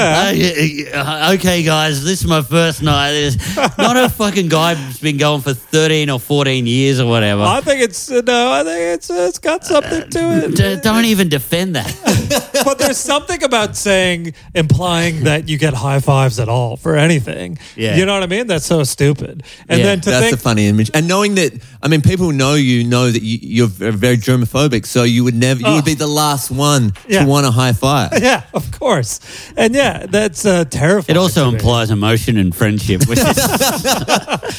"Uh, okay, guys, this is my first night. It's not a fucking guy who's been going for thirteen or fourteen years or whatever. I think it's no. I think it's it's got something to it. Uh, D- don't even defend that. But there's something about saying implying that you get high fives at all for anything. Yeah. You know what I mean? That's so stupid. And Yeah. then to That's think a funny image, and knowing that I mean, people who know you know that you, you're v- very germophobic, so you would never, you would be the last one Yeah. to want a high five. Yeah, of course. And yeah, that's uh, terrifying. It also to me. implies emotion and friendship, which is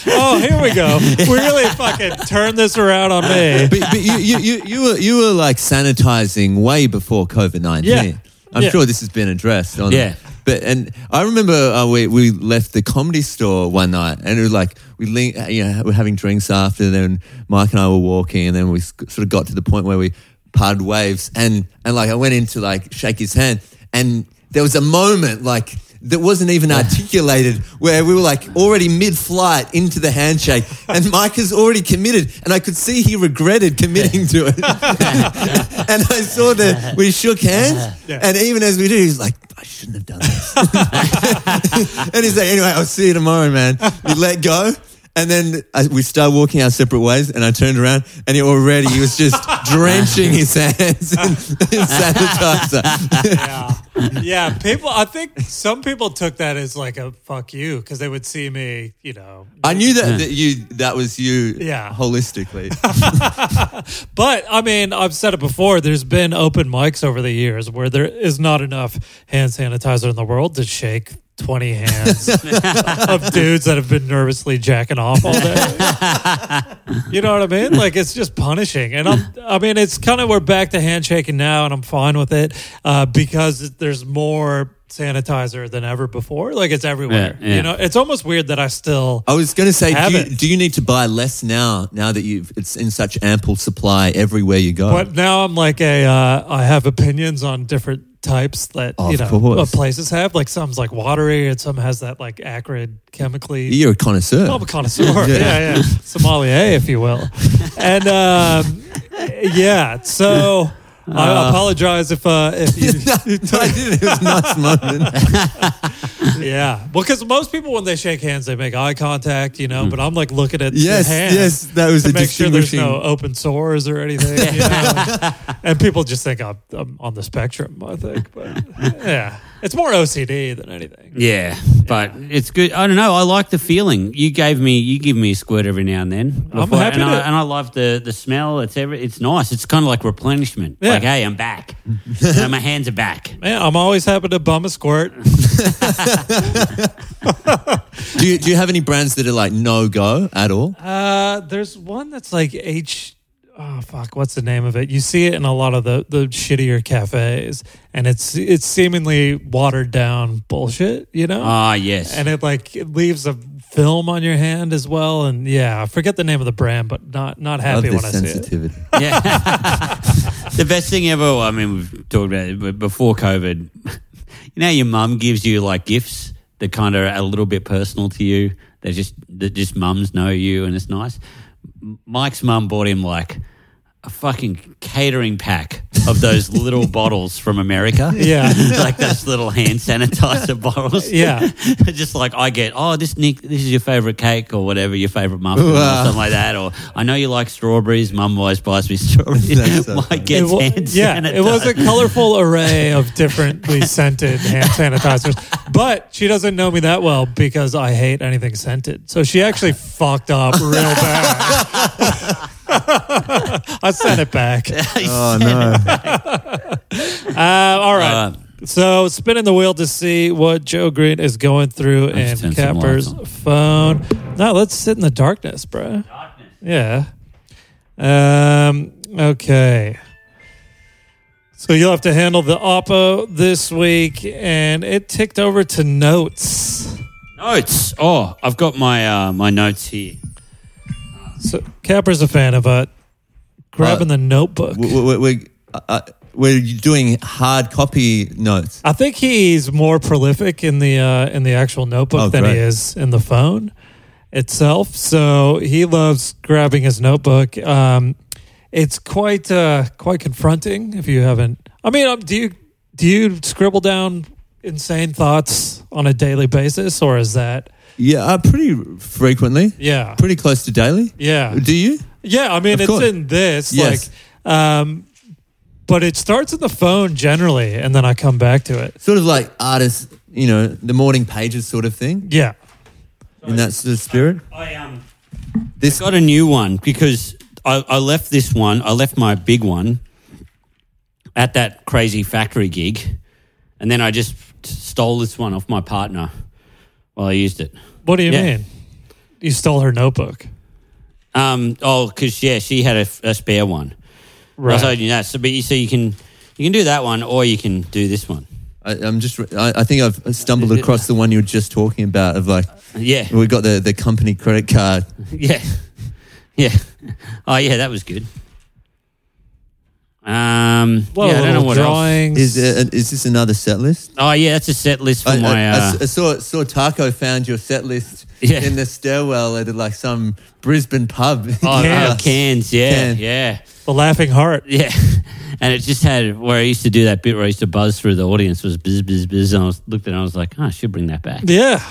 Oh, here we go. We really fucking turn this around on me. but, but you, you, you, you were you were like sanitizing way before COVID nineteen. Yeah. I'm Yeah. sure this has been addressed. On Yeah. But and I remember uh, we we left the comedy store one night and it was like we link, you know we're having drinks after. Then Mike and I were walking and then we s- sort of got to the point where we parted waves and and like I went in to like shake his hand and there was a moment like that wasn't even articulated where we were like already mid-flight into the handshake and Mike has already committed and I could see he regretted committing to it. and I saw that we shook hands Uh-huh. Yeah. and even as we did, he's like, I shouldn't have done this. and he's like, anyway, I'll see you tomorrow, man. We let go. And then I, we started walking our separate ways, and I turned around, and he already he was just drenching his hands in sanitizer. Yeah. Yeah. People, I think some people took that as like a fuck you because they would see me, you know, I knew that, that you that was you Yeah. holistically. But I mean, I've said it before. There's been open mics over the years where there is not enough hand sanitizer in the world to shake 20 hands of dudes that have been nervously jacking off all day. you know what I mean? Like it's just punishing. And I'm, I mean, it's kind of we're back to handshaking now, and I'm fine with it uh, because there's more sanitizer than ever before. Like it's everywhere. Yeah, yeah. You know, it's almost weird that I still. I was going to say, Have do you, it. do you need to buy less now? Now that you've it's in such ample supply everywhere you go. But now I'm like a. Uh, I have opinions on different types that you Of know course. uh, places have. Like some's like watery, and some has that like acrid, chemically You're a connoisseur. I'm a connoisseur. Yeah. yeah. yeah, Sommelier, if you will. And um, yeah, so I apologize if uh, if you. no, I didn't. It was a nice moment. Yeah, well, because most people when they shake hands, they make eye contact, you know. But I'm like looking at Mm. Yes, the hand yes, that was to a make sure there's distinguishing. no open sores or anything. You know? and people just think I'm, I'm on the spectrum. I think, but yeah, it's more OCD than anything. Yeah, but it's good. I don't know. I like the feeling. You gave me, you give me a squirt every now and then. I'm Before- happy and, I, to- and I love the the smell. It's every, It's nice. It's kind of like replenishment. Yeah. Like, hey, I'm back. You know, my hands are back. Man, I'm always happy to bum a squirt. Do you, do you have any brands that are like no go at all? Uh, there's one that's like H. Oh fuck! What's the name of it? You see it in a lot of the the shittier cafes, and it's it's seemingly watered down bullshit, you know. Uh. Ah, yes. and it like it leaves a film on your hand as well, and yeah, I forget the name of the brand, but not not Love happy this when I see it. sensitivity. yeah. the best thing ever. well, I mean, we've talked about it but before COVID. You know, your mum gives you like gifts that kind of are a little bit personal to you. They just that just mums know you, and it's nice. M- Mike's mum bought him like a fucking catering pack of those little bottles from America. Yeah. like those little hand sanitizer bottles. Yeah. just like I get, oh, this Nick, this is your favorite cake or whatever, your favorite muffin or Wow. something like that. Or I know you like strawberries. Mum always buys me strawberries. That's so funny. Mike gets wa- hand yeah, it was a sanitizer. colorful array of differently scented hand sanitizers. But she doesn't know me that well because I hate anything scented. So she actually fucked up real bad. I sent it back. Uh, Oh no! all right. Uh, so spinning the wheel to see what Joe Green is going through just in turn some lights Capper's phone. No, let's sit in the darkness, bro. Yeah. Um, okay. So you'll have to handle the Oppo this week, and it ticked over to notes. Notes. Oh, I've got my uh, my notes here. So Capper's a fan of it. Grabbing the Uh, notebook. we're, we're, we're, uh, we're doing hard copy notes. I think he's more prolific in the uh, in the actual notebook Oh, than great. he is in the phone itself. So he loves grabbing his notebook. Um, it's quite uh, quite confronting if you haven't. I mean, um, do you do you scribble down insane thoughts on a daily basis, or is that Yeah, uh, pretty frequently, yeah pretty close to daily. yeah Do you? yeah? I mean, Of it's course. in this Yes. like. Um, but it starts in the phone generally, and then I come back to it. Sort of like artists, you know, the morning pages sort of thing, Yeah. and that's the spirit. I um, This got a new one because I, I left this one. I left my big one at that crazy factory gig, and then I just stole this one off my partner while I used it. What do you Yeah. mean? You stole her notebook. Um, oh, because yeah, she had a, a spare one. I told you that. So, but you so you can you can do that one, or you can do this one. I, I'm just. I, I think I've stumbled across the one you were just talking about. Of like, Yeah, we got the the company credit card. yeah, yeah. Oh, yeah, that was good. Um, Well, yeah, I don't know what else. drawings. Is it, is this another set list? Oh, yeah, that's a set list for I, my. I- I uh, s- I saw saw Taco found your set list Yeah. in the stairwell at like some Brisbane pub. Oh, Cans. oh, cans, yeah, Can. yeah, the Laughing Heart? yeah. And it just had where I used to do that bit where I used to buzz through the audience was buzz, buzz, buzz. And I was, looked at it and I was like, oh, I should bring that back. Yeah.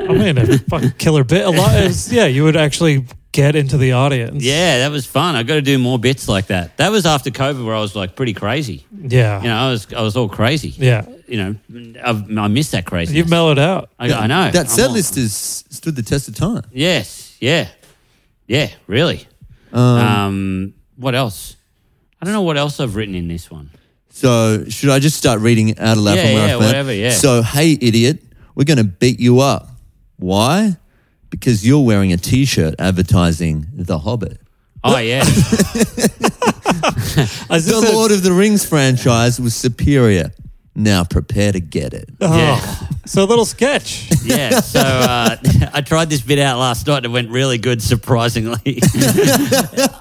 I mean, a fucking killer bit. A lot. Is, yeah, you would actually get into the audience. Yeah, that was fun. I got to do more bits like that. That was after COVID where I was like pretty crazy. Yeah. You know, I was I was all crazy. Yeah. You know, I've, I miss that crazy. You've mellowed out. I, I know. That I'm set all- list has stood the test of time. Yes. Yeah. Yeah. Really. Um, What else? I don't know what else I've written in this one. So should I just start reading out aloud Yeah, from yeah, where I found? it? whatever, yeah. So hey, idiot, we're going to beat you up. Why? Because you're wearing a T-shirt advertising The Hobbit. Oh yeah. Is The this a- Uh, Lord of the Rings franchise was superior. Now prepare to get it. Oh, Yeah. So a little sketch. Yeah, so uh, I tried this bit out last night and it went really good, surprisingly.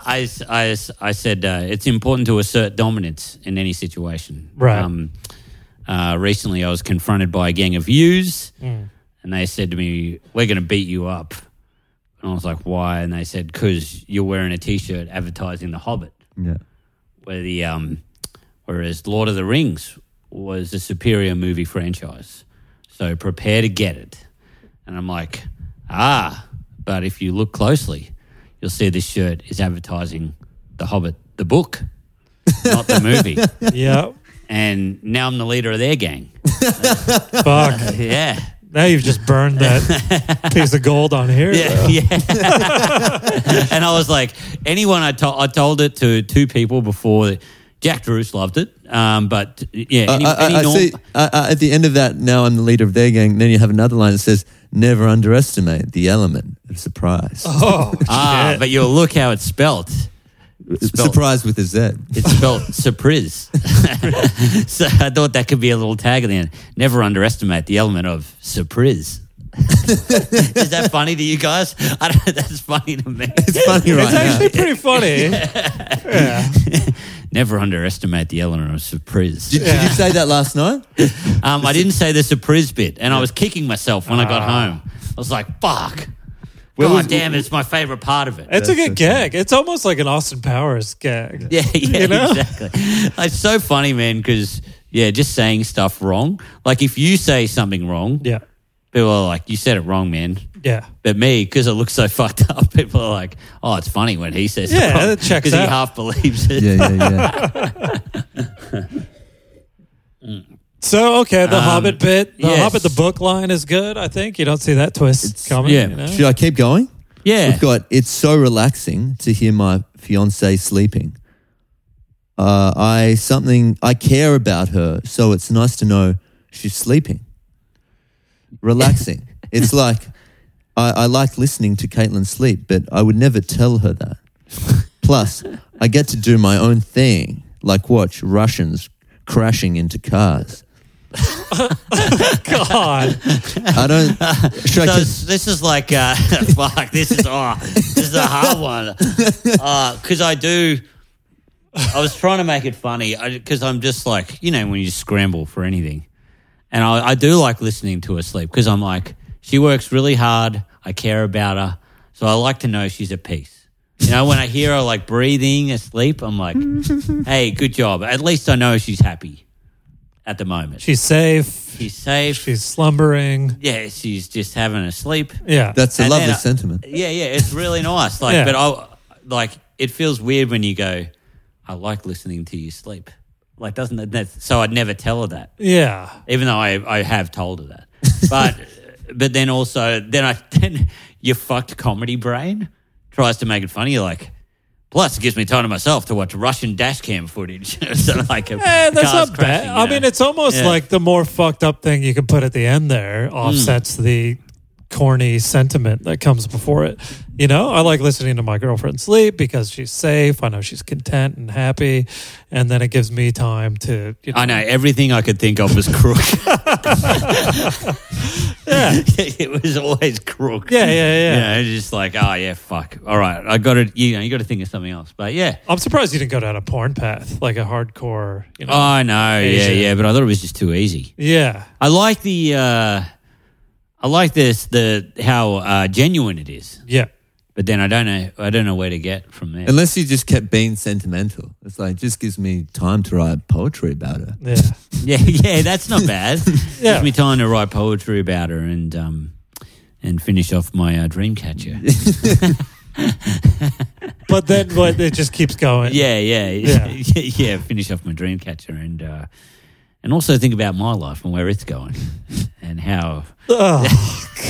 I, s- I s- I said uh, it's important to assert dominance in any situation. Um, Right. uh, recently, I was confronted by a gang of yous Mm. and they said to me, We're going to beat you up. And I was like, Why? And they said, Because you're wearing a t shirt advertising The Hobbit, Yeah. where the, um, whereas Lord of the Rings was a superior movie franchise. So prepare to get it. And I'm like, ah, but if you look closely, you'll see this shirt is advertising The Hobbit, the book, not the movie. yeah. And now I'm the leader of their gang. Fuck. Yeah. Now you've just burned that piece of gold on here. Yeah. yeah. and I was like, anyone I told, I told it to two people before. Jack Drews loved it. Um, but yeah, I, any, I- any I norm- see. I, I, at the end of that, now I'm the leader of their gang. Then you have another line that says, "Never underestimate the element of surprise." Oh, Ah, shit. but you'll look how it's spelt. spelled- surprise with a Z. It's spelled surprise. so I thought that could be a little tag at the end. Never underestimate the element of surprise. Is that funny to you guys? I don't, that's funny to me. It's funny, right? it's now. actually pretty funny. yeah. Never underestimate the element of surprise. Did, did you say that last night? Um, I didn't say the surprise bit, and I was kicking myself when I got home. I was like, "Fuck! Where God Ah. was- damn, it's my favorite part of it." It's a That's good the thing. gag. It's almost like an Austin Powers gag. Yeah, yeah, You know? exactly. It's so funny, man, because yeah, just saying stuff wrong. Like if you say something wrong, Yeah. people are like, "You said it wrong, man." Yeah. But me, because it looks so fucked up, people are like, "Oh, it's funny when he says Yeah, wrong," that checks he out. half believes it." Yeah, yeah, yeah. So okay, the Hobbit bit, the Um, yes. Hobbit the book line is good. I think you don't see that twist coming. yeah. you know? Should I keep going? Yeah. We've got. It's so relaxing to hear my fiance sleeping. Uh, I something I care about her, so it's nice to know she's sleeping. Relaxing. it's like I, I like listening to Caitlin sleep, but I would never tell her that. Plus, I get to do my own thing, like watch Russians crashing into cars. God, I don't. Should So I keep- s- this is like, uh, fuck, this is, oh, this is a hard one. Because I do, I was trying to make it funny because I'm just like, you know, when you scramble for anything. And I, I do like listening to her sleep because I'm like, she works really hard. I care about her. So I like to know she's at peace. You know, when I hear her like breathing asleep, I'm like, hey, good job. At least I know she's happy at the moment. she's safe. She's safe. She's slumbering. yeah, she's just having a sleep. Yeah, that's a And lovely then uh, I- sentiment. Yeah, yeah, it's really nice. Like, Yeah. but I like it feels weird when you go. I like listening to you sleep. Like, doesn't it? That's, so I'd never tell her that, yeah. even though I I have told her that. But but then also then I then your fucked comedy brain tries to make it funny. You're like. Plus, it gives me time to myself to watch Russian dash cam footage. so like, Eh, that's not bad. I mean, it's almost Yeah. like the more fucked up thing you can put at the end there offsets Hmm. the corny sentiment that comes before it. You know, I like listening to my girlfriend sleep because she's safe. I know she's content and happy, and then it gives me time to. You know, I know everything I could think of was crook. it was always crook. Yeah, yeah, yeah. You know, it's just like, oh yeah, fuck. All right, I got to, you know, you got to think of something else. But yeah, I'm surprised you didn't go down a porn path, like a hardcore. You know, I know, yeah, Asian. yeah. But I thought it was just too easy. yeah. I like the, uh I like this, the how uh genuine it is. Yeah. But then I don't know, I don't know where to get from there. Unless you just kept being sentimental. It's like, just gives me time to write poetry about her. Yeah. Yeah, yeah, that's not bad. Yeah. Gives me time to write poetry about her and um, and finish off my uh, dream catcher. but then what it just keeps going. yeah, yeah, Yeah. yeah, yeah. Finish off my dream catcher and uh, and also think about my life and where it's going and how. Oh,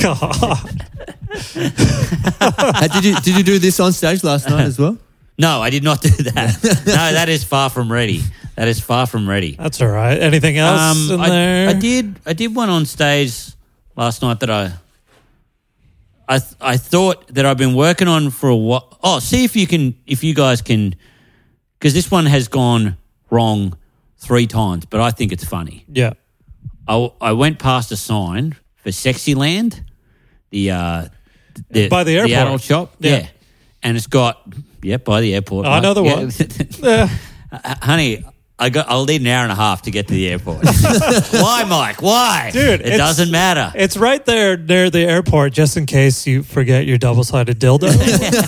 God. Uh, did you did you do this on stage last night as well? No, I did not do that. no, that is far from ready. That is far from ready. Um, That's all right. Anything else in I, there? I did. I did one on stage last night that I. I, th- I thought that I've been working on for a while. Oh, see if you can, if you guys can, because this one has gone wrong three times, but I think it's funny. Yeah. I, I went past a sign for Sexyland, the uh, the, By the airport. adult shop, Yeah. yeah. and it's got yeah by the airport. Oh, I know the Yeah. one. Yeah. Uh, honey. I got, I'll need an hour and a half to get to the airport. Why, Mike? Why? Dude, it it's- doesn't matter. It's right there near the airport, just in case you forget your double-sided dildo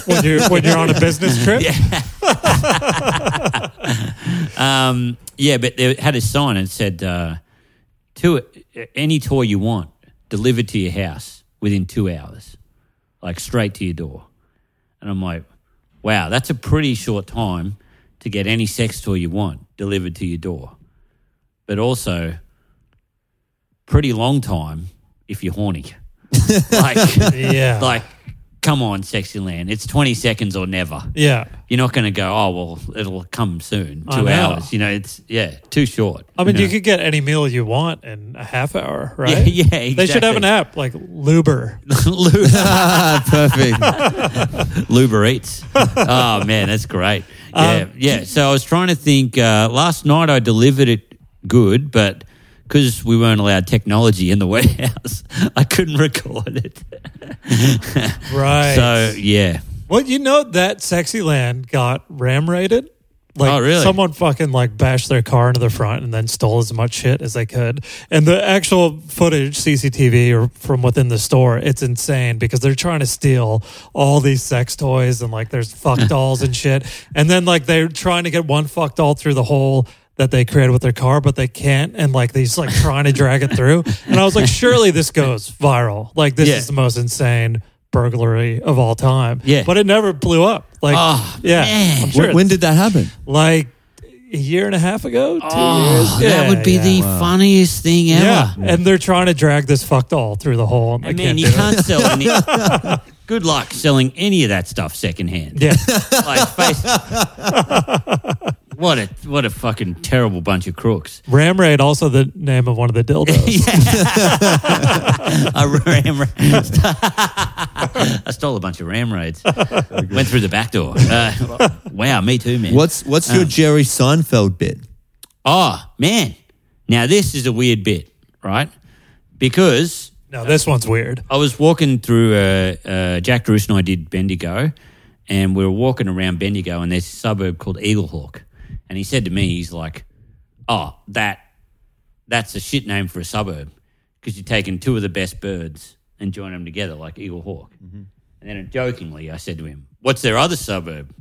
when you're when you're on a business trip. Um, yeah, but they had a sign and said, uh, "To any toy you want, delivered to your house within two hours, like straight to your door." And I'm like, "Wow, that's a pretty short time to get any sex toy you want delivered to your door, but also pretty long time if you're horny." like, Yeah. like, come on, sexy land. It's 20 seconds or never Yeah. you're not going to go, oh, well, it'll come soon, I two know. hours. You know, it's, yeah, too short. I mean, know? you could get any meal you want in a half hour, right? Yeah, yeah, They should have an exactly. app like Luber. Lou- Ah, perfect. Luber Eats. oh, man, that's great. Yeah, Um, yeah. So I was trying to think, uh, last night I delivered it good, but because we weren't allowed technology in the warehouse, I couldn't record it. Right. So, yeah. well, you know that Sexy Land got ram rated. Like Oh, really? someone fucking like bashed their car into the front and then stole as much shit as they could. And the actual footage, CCTV or from within the store, it's insane because they're trying to steal all these sex toys and like there's fuck dolls and shit. And then like they're trying to get one fuck doll through the hole that they created with their car, but they can't. And like they're just like trying to drag it through. And I was like, surely this goes viral. Like this Yeah. is the most insane burglary of all time. Yeah. But it never blew up. Like Oh, yeah. man. I'm sure when, when it's did that happen? like a year and a half ago, Two Oh, years. Yeah, that would be yeah. the funniest thing ever. yeah. And they're trying to drag this fuck doll through the hole. And I And can't man, you do can't sell any. Good luck selling any of that stuff secondhand. it. Yeah. like face. what a what a fucking terrible bunch of crooks. Ram raid also the name of one of the dildos. I, ram, I stole a bunch of ram raids. Went through the back door. Uh, wow, me too, man. What's what's your Jerry Seinfeld bit? Oh man, now this is a weird bit, right? Because No, this one's weird. I was walking through uh, uh, Jack Drews and I did Bendigo, and we were walking around Bendigo, and there's a suburb called Eaglehawk, and he said to me, he's like, "Oh, that that's a shit name for a suburb because you're taking two of the best birds and join them together like Eagle Hawk." And then jokingly, I said to him, "What's their other suburb?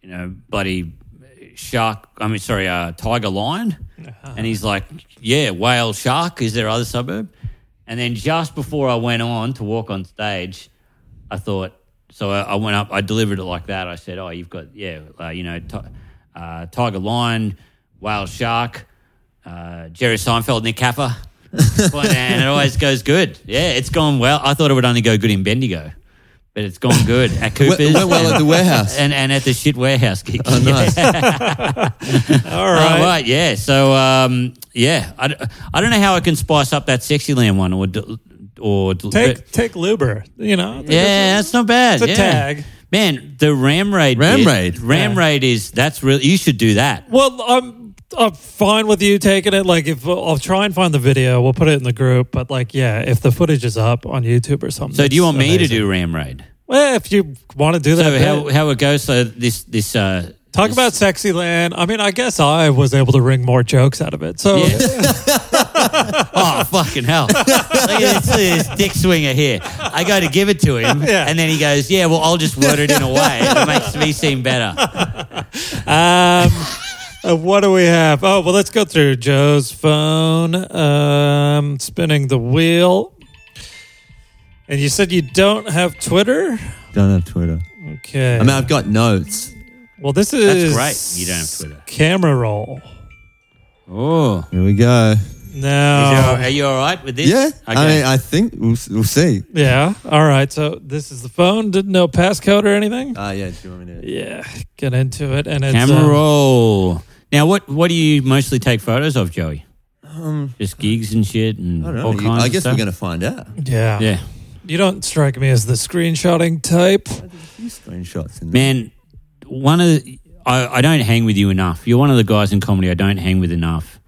You know, bloody shark. I mean, sorry, uh, tiger lion." And he's like, "Yeah, whale shark is their other suburb." And then just before I went on to walk on stage, I thought. So I, I went up. I delivered it like that. I said, "Oh, you've got yeah, uh, you know, ti- uh, tiger lion, whale shark." uh, Jerry Seinfeld, Nick Kappa. and it always goes good. Yeah, it's gone well. I thought it would only go good in Bendigo, but it's gone good at Cooper's. went well and- at the warehouse. And, and at the shit warehouse gig. Oh, nice. All All right. right. yeah. So, um, yeah, I, d- I don't know how I can spice up that sexy land one or. d- or d- Take take Luber. You know. I think yeah, that's- that's not bad. it's a yeah. tag. Man, the Ram Raid. Ram bit- Raid. Ram Raid is, that's really, you should do that. Well, I'm I'm fine with you taking it. Like, if I'll try and find the video, we'll put it in the group. But like, yeah, if the footage is up on YouTube or something. So, do you want me to amazing. do Ram Raid? Well, if you want to do that, So, bit. how, how it goes? So, this, this, uh, talk this- about sexy land. I mean, I guess I was able to wring more jokes out of it. So Yeah. oh, fucking hell. Look at this, look at this dick swinger here. I go to give it to him, Yeah. and then he goes, Yeah, well, I'll just word it in a way that makes me seem better. Um, uh, what do we have? Oh, well, let's go through Joe's phone. Um, spinning the wheel. And you said you don't have Twitter? Don't have Twitter. Okay. I mean, I've got notes. well, this is great. You don't have Twitter. Camera roll. Oh. Here we go. No. are you all right with this? Yeah, Okay. I mean, I think we'll, we'll see. Yeah. All right. So this is the phone. Didn't know passcode or anything. Ah, yeah. Do you want me to? Yeah. Get into it. And it's Uh, Camera uh, um, roll. Now, what, what do you mostly take photos of, Joey? Just gigs and shit and Um, I don't all know. kinds You- of I guess stuff? we're gonna find out. Yeah. Yeah. You don't strike me as the screenshotting type. A few screenshots in there. Man, one of the, I, I don't hang with you enough. You're one of the guys in comedy I don't hang with enough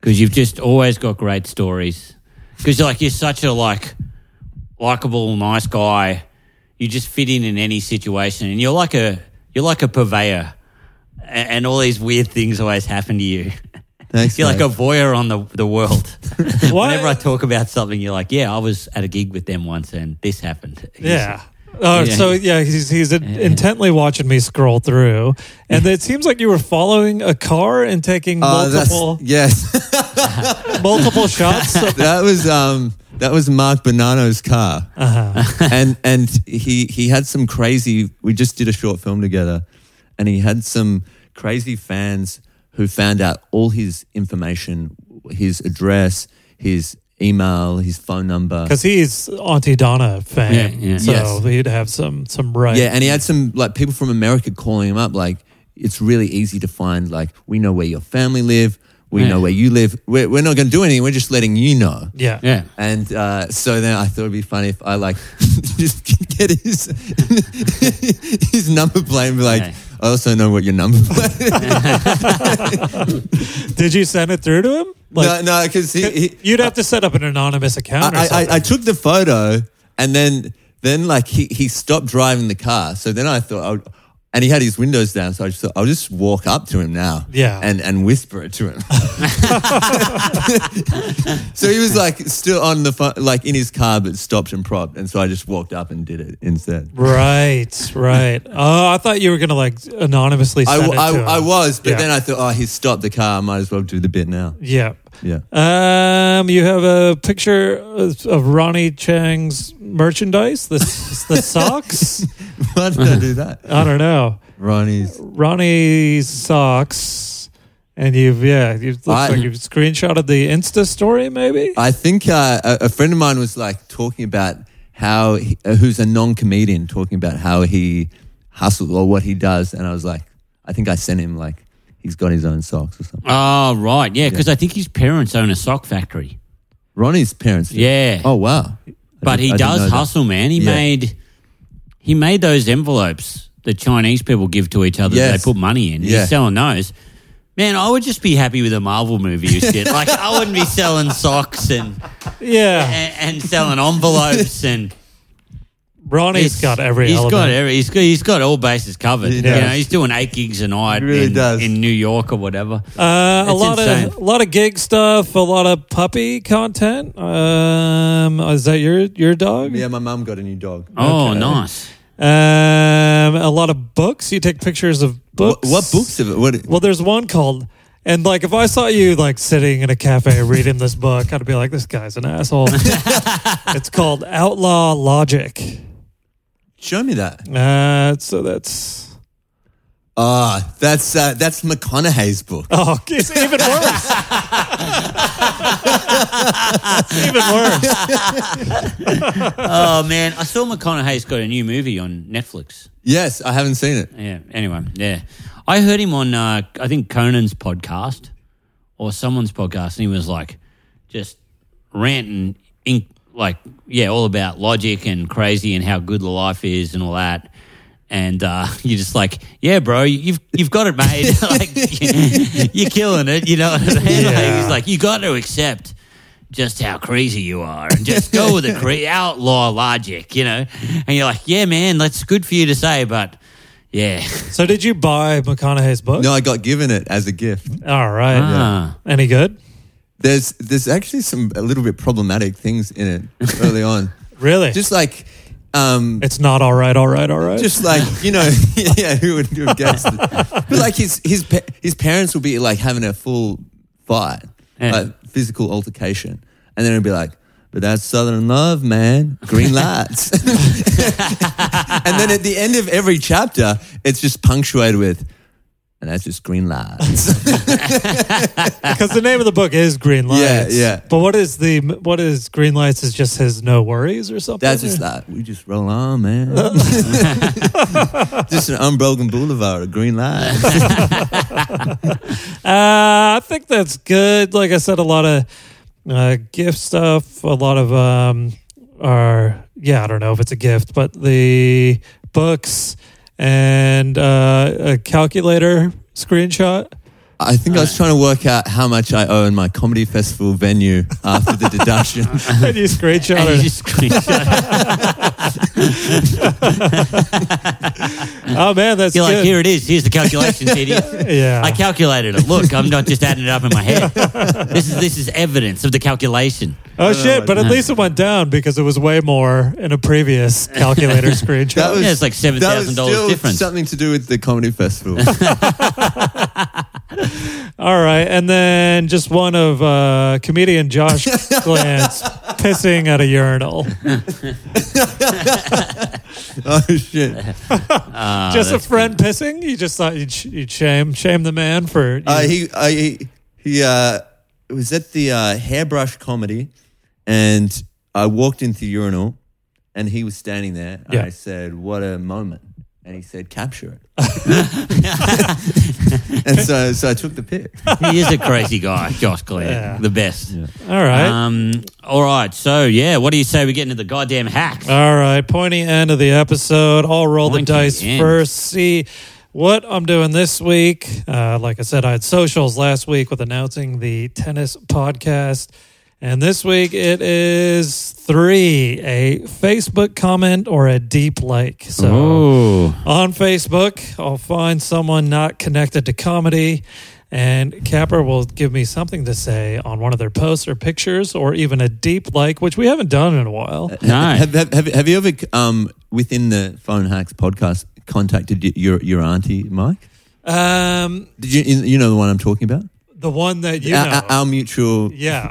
because you've just always got great stories. Because like you're such a like likable, nice guy. You just fit in in any situation, and you're like a you're like a purveyor, A- and, all these weird things always happen to you. Thanks. You're like mate. a voyeur on the the world. Why- Whenever I talk about something, you're like, "Yeah, I was at a gig with them once, and this happened." Yeah. Oh, Yeah. so yeah, he's he's intently watching me scroll through, and it seems like you were following a car and taking Oh, that's- multiple yes. multiple shots. Of, that was um that was Mark Bonanno's car. and and he he had some crazy we just did a short film together and he had some crazy fans who found out all his information, his address, his email, his phone number. because he's Auntie Donna fan, Yeah, yeah. so Yes. he'd have some some right. Yeah, and he had some like people from America calling him up like it's really easy to find like we know where your family live, we Yeah. know where you live. We're, we're not going to do anything. We're just letting you know. yeah, yeah. And uh, so then I thought it'd be funny if I like just get his his number plate and be like, Yeah. I also know what your number plate. Is. Did you send it through to him? no, no, because he, he uh, you'd have to set up an anonymous account. or I, I, something. I, I took the photo and then then like he, he stopped driving the car. So then I thought, I would, and he had his windows down. So I just thought, I'll just walk up to him now, Yeah. and and whisper it to him. so he was like still on the phone, like in his car, but stopped and propped. And so I just walked up and did it instead. right, right. Oh, I thought you were gonna like anonymously I, send it w- I, to him. I was, but Yeah. then I thought, oh, he's stopped the car. I might as well do the bit now. yeah. Yeah. Um, you have a picture of of Ronnie Chang's merchandise, the the socks. Why did I do that? I don't know. Ronnie's. Ronnie socks, and you've yeah, you looks I- like you've screenshotted the Insta story, maybe. I think uh, a, a friend of mine was like talking about how, he, uh, who's a non comedian, talking about how he hustles or what he does. And I was like, I think I sent him like, he's got his own socks or something. Oh right, yeah. Because I think his parents own a sock factory. Ronnie's parents. did. Yeah. Oh, wow. I But didn't- he I didn't know does that. hustle, man. He Yeah. made he made those envelopes the Chinese people give to each other. that Yes. They put money in. Yeah. He's selling those. Man, I would just be happy with a Marvel movie or shit. like I wouldn't be selling socks and yeah, and, and selling envelopes and Ronnie's got every He's element. got every. He's got, he's got all bases covered. He you does. know, he's doing eight gigs a night. really in, does. in New York or whatever. Uh, a It's lot insane. of a lot of gig stuff, a lot of puppy content. Um, is that your your dog? Yeah, my mum got a new dog. Oh, Okay. nice. Um, a lot of books. You take pictures of What, books. what books have it? What, Well, there's one called, and like if I saw you like sitting in a cafe reading this book, I'd be like, this guy's an asshole. it's called Outlaw Logic. show me that. Uh, so that's Ah, that's uh, that's McConaughey's book. oh, it's even worse. it's even worse. Oh man, I saw McConaughey's got a new movie on Netflix. Yes, I haven't seen it. Yeah. Anyway, yeah, I heard him on uh, I think Conan's podcast or someone's podcast, and he was like just ranting, in, like yeah, all about logic and crazy and how good life is and all that. And uh, you're just like, yeah, bro, you've you've got it made. like, you're killing it. You know what I'm saying? Like, he's like, you got to accept just how crazy you are and just go with the cra- outlaw logic, you know? And you're like, yeah, man, that's good for you to say, but yeah. So did you buy McConaughey's book? No, I got given it as a gift. All right. Ah. Any good? There's there's actually some a little bit problematic things in it early on. Really? Just like um it's not all right. All right. All right. just like you know yeah who would who would guess it? but like his his pa- his parents will be like having a full fight Yeah. like physical altercation and then it'll be like but that's southern love man green lights and then at the end of every chapter it's just punctuated with and that's just green lights because the name of the book is Green Yeah, Lights. yeah. But what is the what is Green Lights? Is just his no worries or something? That's just like we just roll on, man. just an unbroken boulevard of green lights. Uh, I think that's good. Like I said, a lot of uh, gift stuff, a lot of um, are yeah. I don't know if it's a gift, but the books and uh, a calculator screenshot. I think I was trying to work out how much I owe in my comedy festival venue after the deduction. And you screenshot And you it. just screenshot. oh man, that's You're good. like, here it is. Here's the calculations, idiot. yeah. I calculated it. Look, I'm not just adding it up in my head. This is this is evidence of the calculation. oh shit! But at least it went down because it was way more in a previous calculator screenshot. That was- yeah, it's like seven That was thousand dollars still difference. something to do with the comedy festival. All right, and then just one of uh, comedian Josh Glantz pissing at a urinal. oh shit! Ah, just a that's friend pissing. You just thought you'd, sh- you'd shame shame the man for. Uh, he, I, he, he uh, was at the uh, hairbrush comedy, and I walked into the urinal, and he was standing there. And Yeah. I said, "What a moment!" And he said, "Capture it." and so, so I took the pic. good. he is a crazy guy, Josh Glenn, Yeah. the best. all right, Um, all right, so yeah, what do you say we get into the goddamn hacks? all right. Pointy end of the episode. I'll roll Pointy the dice end. first. See what I'm doing this week. Uh, like I said, I had socials last week with announcing the tennis podcast. And this week it is three a Facebook comment or a deep like. So Oh. on Facebook. I'll find someone not connected to comedy, and Capper will give me something to say on one of their posts or pictures, or even a deep like, which we haven't done in a while. no. Have, have, have, have you ever, um, within the Phone Hacks podcast, contacted y- your your auntie Mike? Um, Did you you- you know the one I'm talking about? the one that you Our- know, our, our mutual yeah.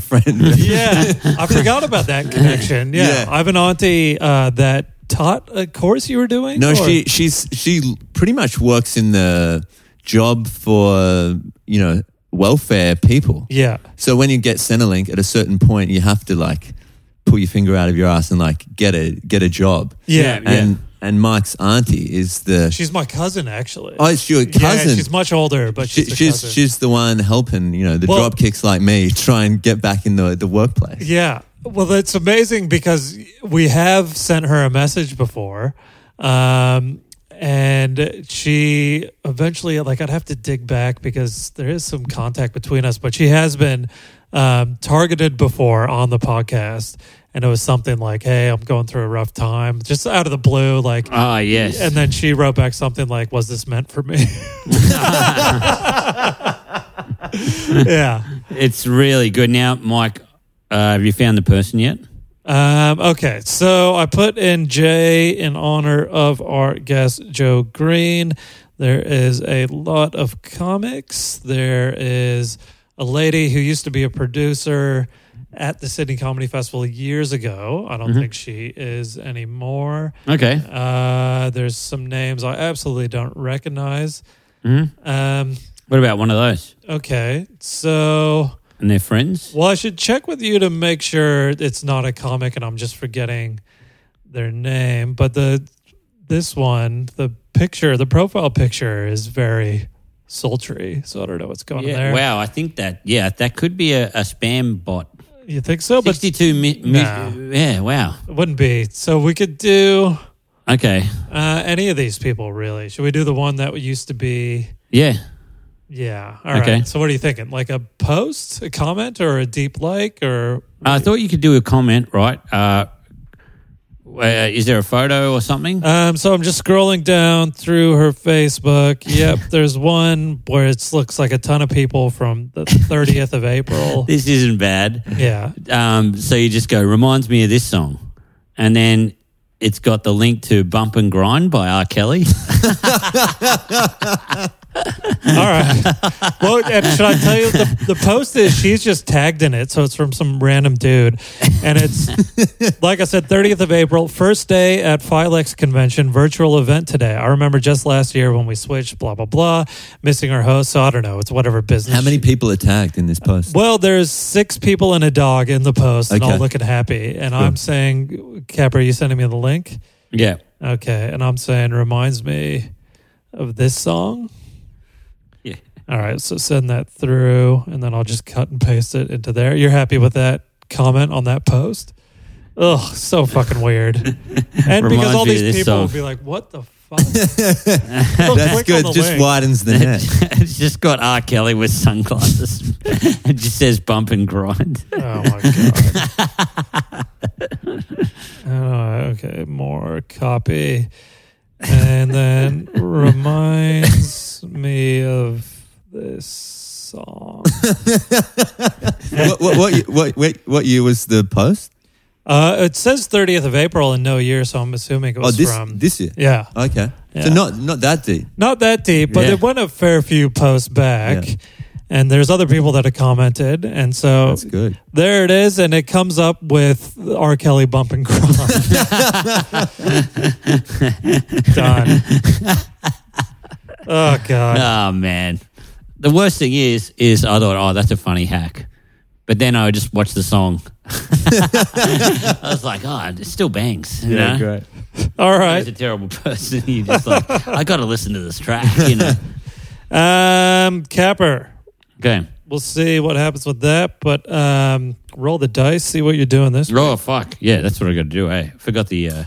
friend. Yeah, I forgot about that connection. Yeah, Yeah. I have an auntie uh, that taught a course you were doing. No, or- she she's she pretty much works in the job for you know welfare people. Yeah, So when you get Centrelink, at a certain point, you have to like pull your finger out of your ass and like get a get a job. yeah, Yeah. And and Mike's auntie is the She's my cousin, actually. oh, it's your cousin. Yeah, she's much older, but She- she's a she's cousin. she's the one helping you know the Well- drop kicks like me try and get back in the the workplace. Yeah. Well, it's amazing because we have sent her a message before. Um, and she eventually, like, I'd have to dig back because there is some contact between us, but she has been um, targeted before on the podcast. And it was something like, hey, I'm going through a rough time, just out of the blue. Like, Ah, yes. and then she wrote back something like, was this meant for me? yeah. It's really good. Now, Mike, uh, have you found the person yet? Um, okay, so I put in J in honor of our guest Joe Green. There is a lot of comics. There is a lady who used to be a producer at the Sydney Comedy Festival years ago. I don't think she is anymore. Okay. Uh, there's some names I absolutely don't recognize. Um, What about one of those? okay, so And their friends? well, I should check with you to make sure it's not a comic and I'm just forgetting their name. But the this one, the picture, the profile picture is very sultry. So I don't know what's going on Yeah. there. Wow, I think that, yeah, that could be a, a spam bot. You think so? But 62 mi- mi- No. Yeah, wow. it wouldn't be. So we could do Okay. uh, any of these people really. Should we do the one that used to be Yeah. yeah. All right. Okay. So what are you thinking? Like a post, a comment or a deep like or I thought you could do a comment, right? Uh, uh, is there a photo or something? Um, so I'm just scrolling down through her Facebook. Yep, there's one where it looks like a ton of people from the 30th of April. this isn't bad. Yeah, Um, so you just go, reminds me of this song. And then it's got the link to Bump and Grind by R. Kelly. all right. Well, and should I tell you the, the post is she's just tagged in it, so it's from some random dude, and it's like I said, 30th of April, first day at Philex Convention, virtual event today. I remember just last year when we switched, blah blah blah, missing our host. So I don't know. It's whatever business. How many she- people are tagged in this post? Well, there's six people and a dog in the post, and all Okay. looking happy. And I'm saying, Capper, are you sending me the link? yeah. Okay. And I'm saying, reminds me of this song. Yeah. All right. So send that through, and then I'll just cut and paste it into there. You're happy with that comment on that post? Ugh, so fucking weird. and because Reminds all me these of this people will song. be like, what the fuck? fine. That's good. Just widens the net. it's just got R. Kelly with sunglasses. it just says bump and grind. Oh my god. Uh, okay, more copy, and then reminds me of this song. what, what, what, ye- what, what, what year was the post? Uh, it says 30th of April and no year, so I'm assuming it Oh, was this from this year. Yeah, Okay, Yeah. so not not that deep. not that deep, but Yeah. it went a fair few posts back. Yeah. And there's other people that have commented, and so That's good. There it is, and it comes up with R. Kelly bump and grind. Oh, Done. Oh god. Oh man. The worst thing is, is I thought, oh, that's a funny hack. But then I just watched the song. I was like, oh, it still bangs. You know? All He's right. a terrible person. You just like, I got to listen to this track. You know. Um, Capper. Okay. We'll see what happens with that, but um, roll the dice, see what you're doing this. week. Oh fuck. Yeah, that's what I got to do. eh? forgot the. Uh,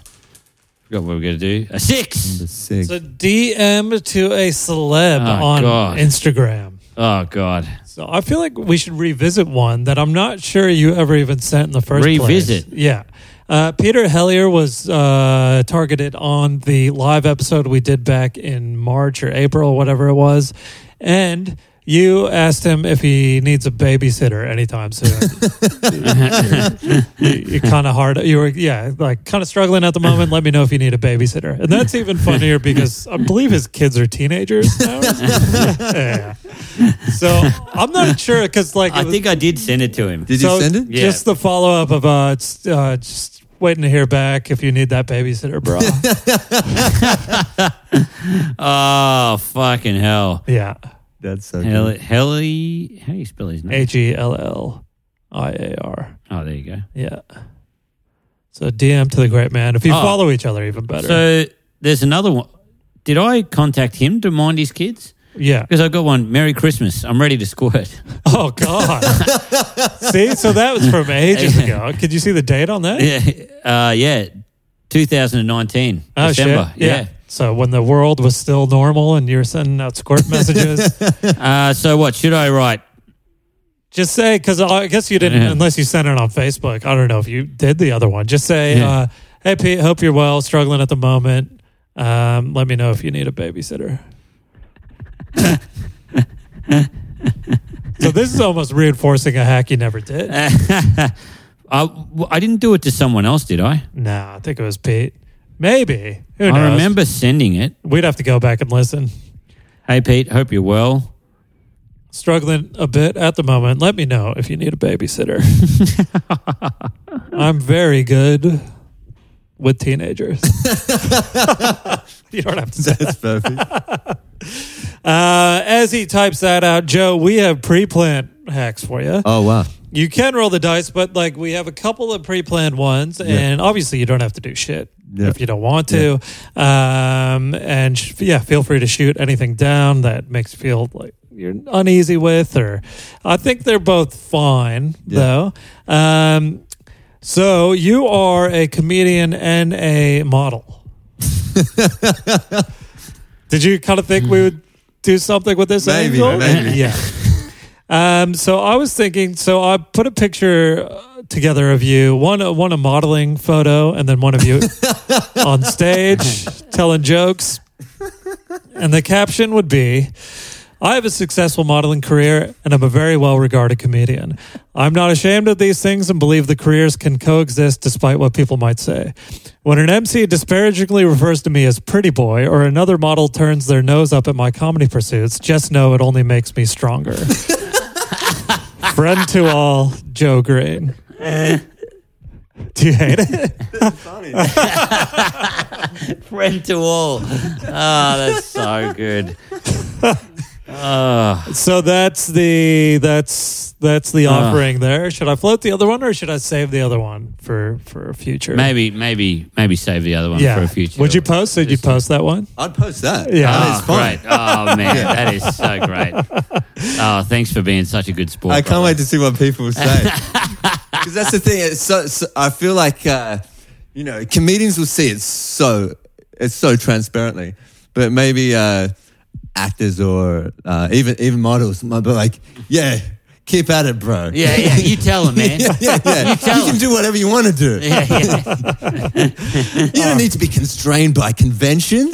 forgot what we got to do. A six. Number six. So DM to a celeb Oh, on God. Instagram. Oh god. So I feel like we should revisit one that I'm not sure you ever even sent in the first place. Revisit? Yeah. Uh, Peter Hellier was uh, targeted on the live episode we did back in March or April, whatever it was. And you asked him if he needs a babysitter anytime soon. you, you're kind of hard. You were, yeah, like kind of struggling at the moment. Let me know if you need a babysitter. And that's even funnier because I believe his kids are teenagers now. yeah. So I'm not sure because, like, I it was- think I did send it to him. Did so you send it? Yeah. Just the follow up of uh, it's, uh, just waiting to hear back if you need that babysitter, bro. Oh fucking hell. yeah, That's so Hell, good. Helly, how do you spell his name? H e l l i a r. Oh, there you go. Yeah. So DM to the great man. If you Oh. follow each other, even better. So there's another one. Did I contact him to mind his kids? yeah. Because I got one. Merry Christmas. I'm ready to squirt. Oh God. see, so that was from ages ago. Could you see the date on that? yeah, uh, yeah. 2019 Oh, shit. December. Yeah. So when the world was still normal and you were sending out squirt messages, Uh, so what should I write? just say because I guess you didn't Yeah. unless you sent it on Facebook. I don't know if you did the other one. Just say, Yeah. uh, "Hey Pete, hope you're well. Struggling at the moment. Um, let me know if you need a babysitter." so this is almost reinforcing a hack you never did. Eh. I, I didn't do it to someone else, did I? Nah, I think it was Pete. Maybe who knows? I remember sending it. We'd have to go back and listen. Hey, Pete, hope you're well. Struggling a bit at the moment. Let me know if you need a babysitter. I'm very good with teenagers. you don't have to say. That's perfect. Uh, as he types that out, Joe, we have pre-planned hacks for you. Oh wow. You can roll the dice, but like we have a couple of pre-planned ones, and obviously you don't have to do shit Yeah. if you don't want to. Um, and sh- yeah, feel free to shoot anything down that makes you feel like you're uneasy with, or I think they're both fine Yeah. though. Um, so you are a comedian and a model. Did you kind of think we would do something with this Maybe, angle? maybe. yeah. Um, so I was thinking. So I put a picture uh, together of you one uh, one a modeling photo, and then one of you on stage telling jokes. And the caption would be I have a successful modeling career and I'm a very well regarded comedian. I'm not ashamed of these things and believe the careers can coexist despite what people might say. When an MC disparagingly refers to me as pretty boy or another model turns their nose up at my comedy pursuits, just know it only makes me stronger. Friend to all, Joe Green. Do you hate it? Friend to all. Oh, that's so good. Oh, So that's the that's that's Uh. the offering there. Should I float the other one or should I save the other one for for future? maybe, maybe, maybe save the other one yeah. for a future. Would you post? Did you Just- post that one? I'd post that. Yeah. Ah, That Oh, is fine. great. Oh, man. That is so great. Oh, thanks for being such a good sport. I can't brother. wait to see what people say. Because that's the thing. It's so, so, I feel like, uh, you know, comedians will see it so it's so transparently. But maybe uh, actors or uh, even even models might be like, yeah, keep at it, bro. Yeah, yeah. You tell him, man. yeah, yeah, yeah. You, tell can him. do whatever you want to do. yeah, yeah. You don't need to be constrained by conventions.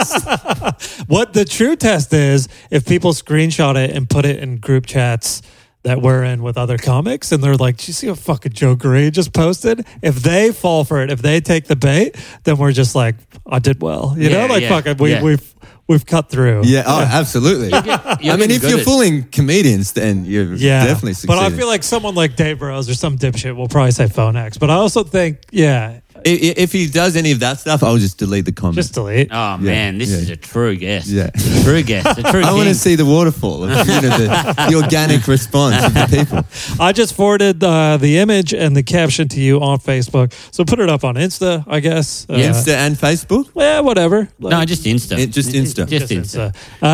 What the true test is if people screenshot it and put it in group chats that we're in with other comics and they're like, "Do you see a fucking Joe Gray just posted?" If they fall for it, if they take the bait, then we're just like, "I did well." You Yeah, know, like yeah, fucking we yeah. we've we've cut through. yeah, oh, absolutely. I mean, getting if good you're at- fooling comedians, then you're Yeah, definitely but succeeding. I feel like someone like Dave Burrows or some dipshit will probably say phone X. But I also think, yeah, if, if he does any of that stuff, I'll just delete the comment. just delete. Oh man, this yeah. is a true guess. Yeah. true guess. A true. I want king. to see the waterfall, of, you know, the, the organic response of the people. I just forwarded uh, the image and the caption to you on Facebook. So put it up on Insta, I guess. Uh, Insta and Facebook. Yeah, whatever. No, just Insta. It- just Insta. Just, Just Insta. Insta.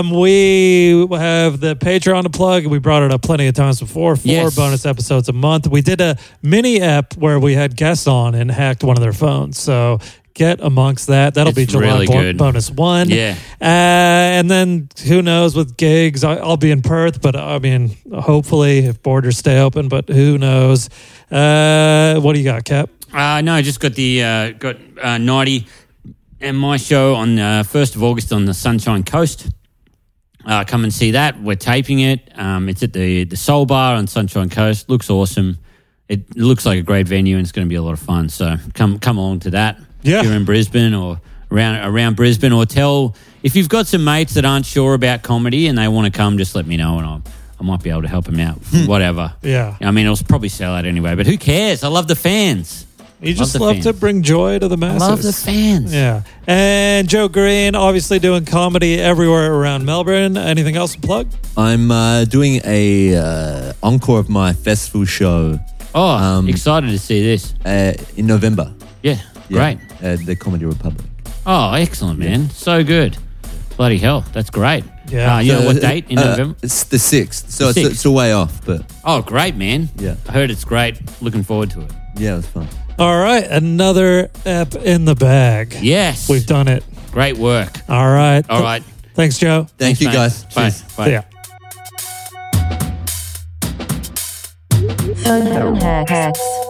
Um, we have the Patreon to plug. We brought it up plenty of times before. Four Yes. bonus episodes a month. We did a mini app where we had guests on and hacked one of their phones. So get amongst that. That'll be It's July really bo- good. bonus one. Yeah. Uh, and then who knows with gigs? I, I'll be in Perth, but I mean, hopefully if borders stay open. But who knows? Uh, what do you got, Cap? Uh, no, I just got the uh, got uh, ninety and my show on uh, first of August on the Sunshine Coast. Uh, come and see that. We're taping it. Um, it's at the the Soul Bar on Sunshine Coast. Looks awesome. It looks like a great venue, and it's going to be a lot of fun. So come come along to that. Yeah. if you're in Brisbane or around around Brisbane, or tell if you've got some mates that aren't sure about comedy and they want to come, just let me know, and I I might be able to help them out. Whatever. Hmm. Yeah. I mean, it'll probably sell out anyway, but who cares? I love the fans. You just the love, fans. to bring joy to the masses. love the fans. Yeah. And Joe Green, obviously doing comedy everywhere around Melbourne. Anything else to plug? I'm uh, doing a uh, encore of my festival show Oh, Um, excited to see this. uh, in November. Yeah, Yeah, great. At the Comedy Republic. Oh, excellent, man. So good. Bloody hell, that's great. Yeah. Uh, you know So, what uh, date in uh, November? It's the 6th. The So it's, 6th. it's a way off, but Oh, great, man. Yeah. I heard it's great. Looking forward to it. yeah, it was fun. All right. Another ep in the bag. Yes. We've done it. great work. All right. All right. Thanks, Joe. Thank you, mate. guys. Bye. Cheers. Bye. See ya. Phone hacks.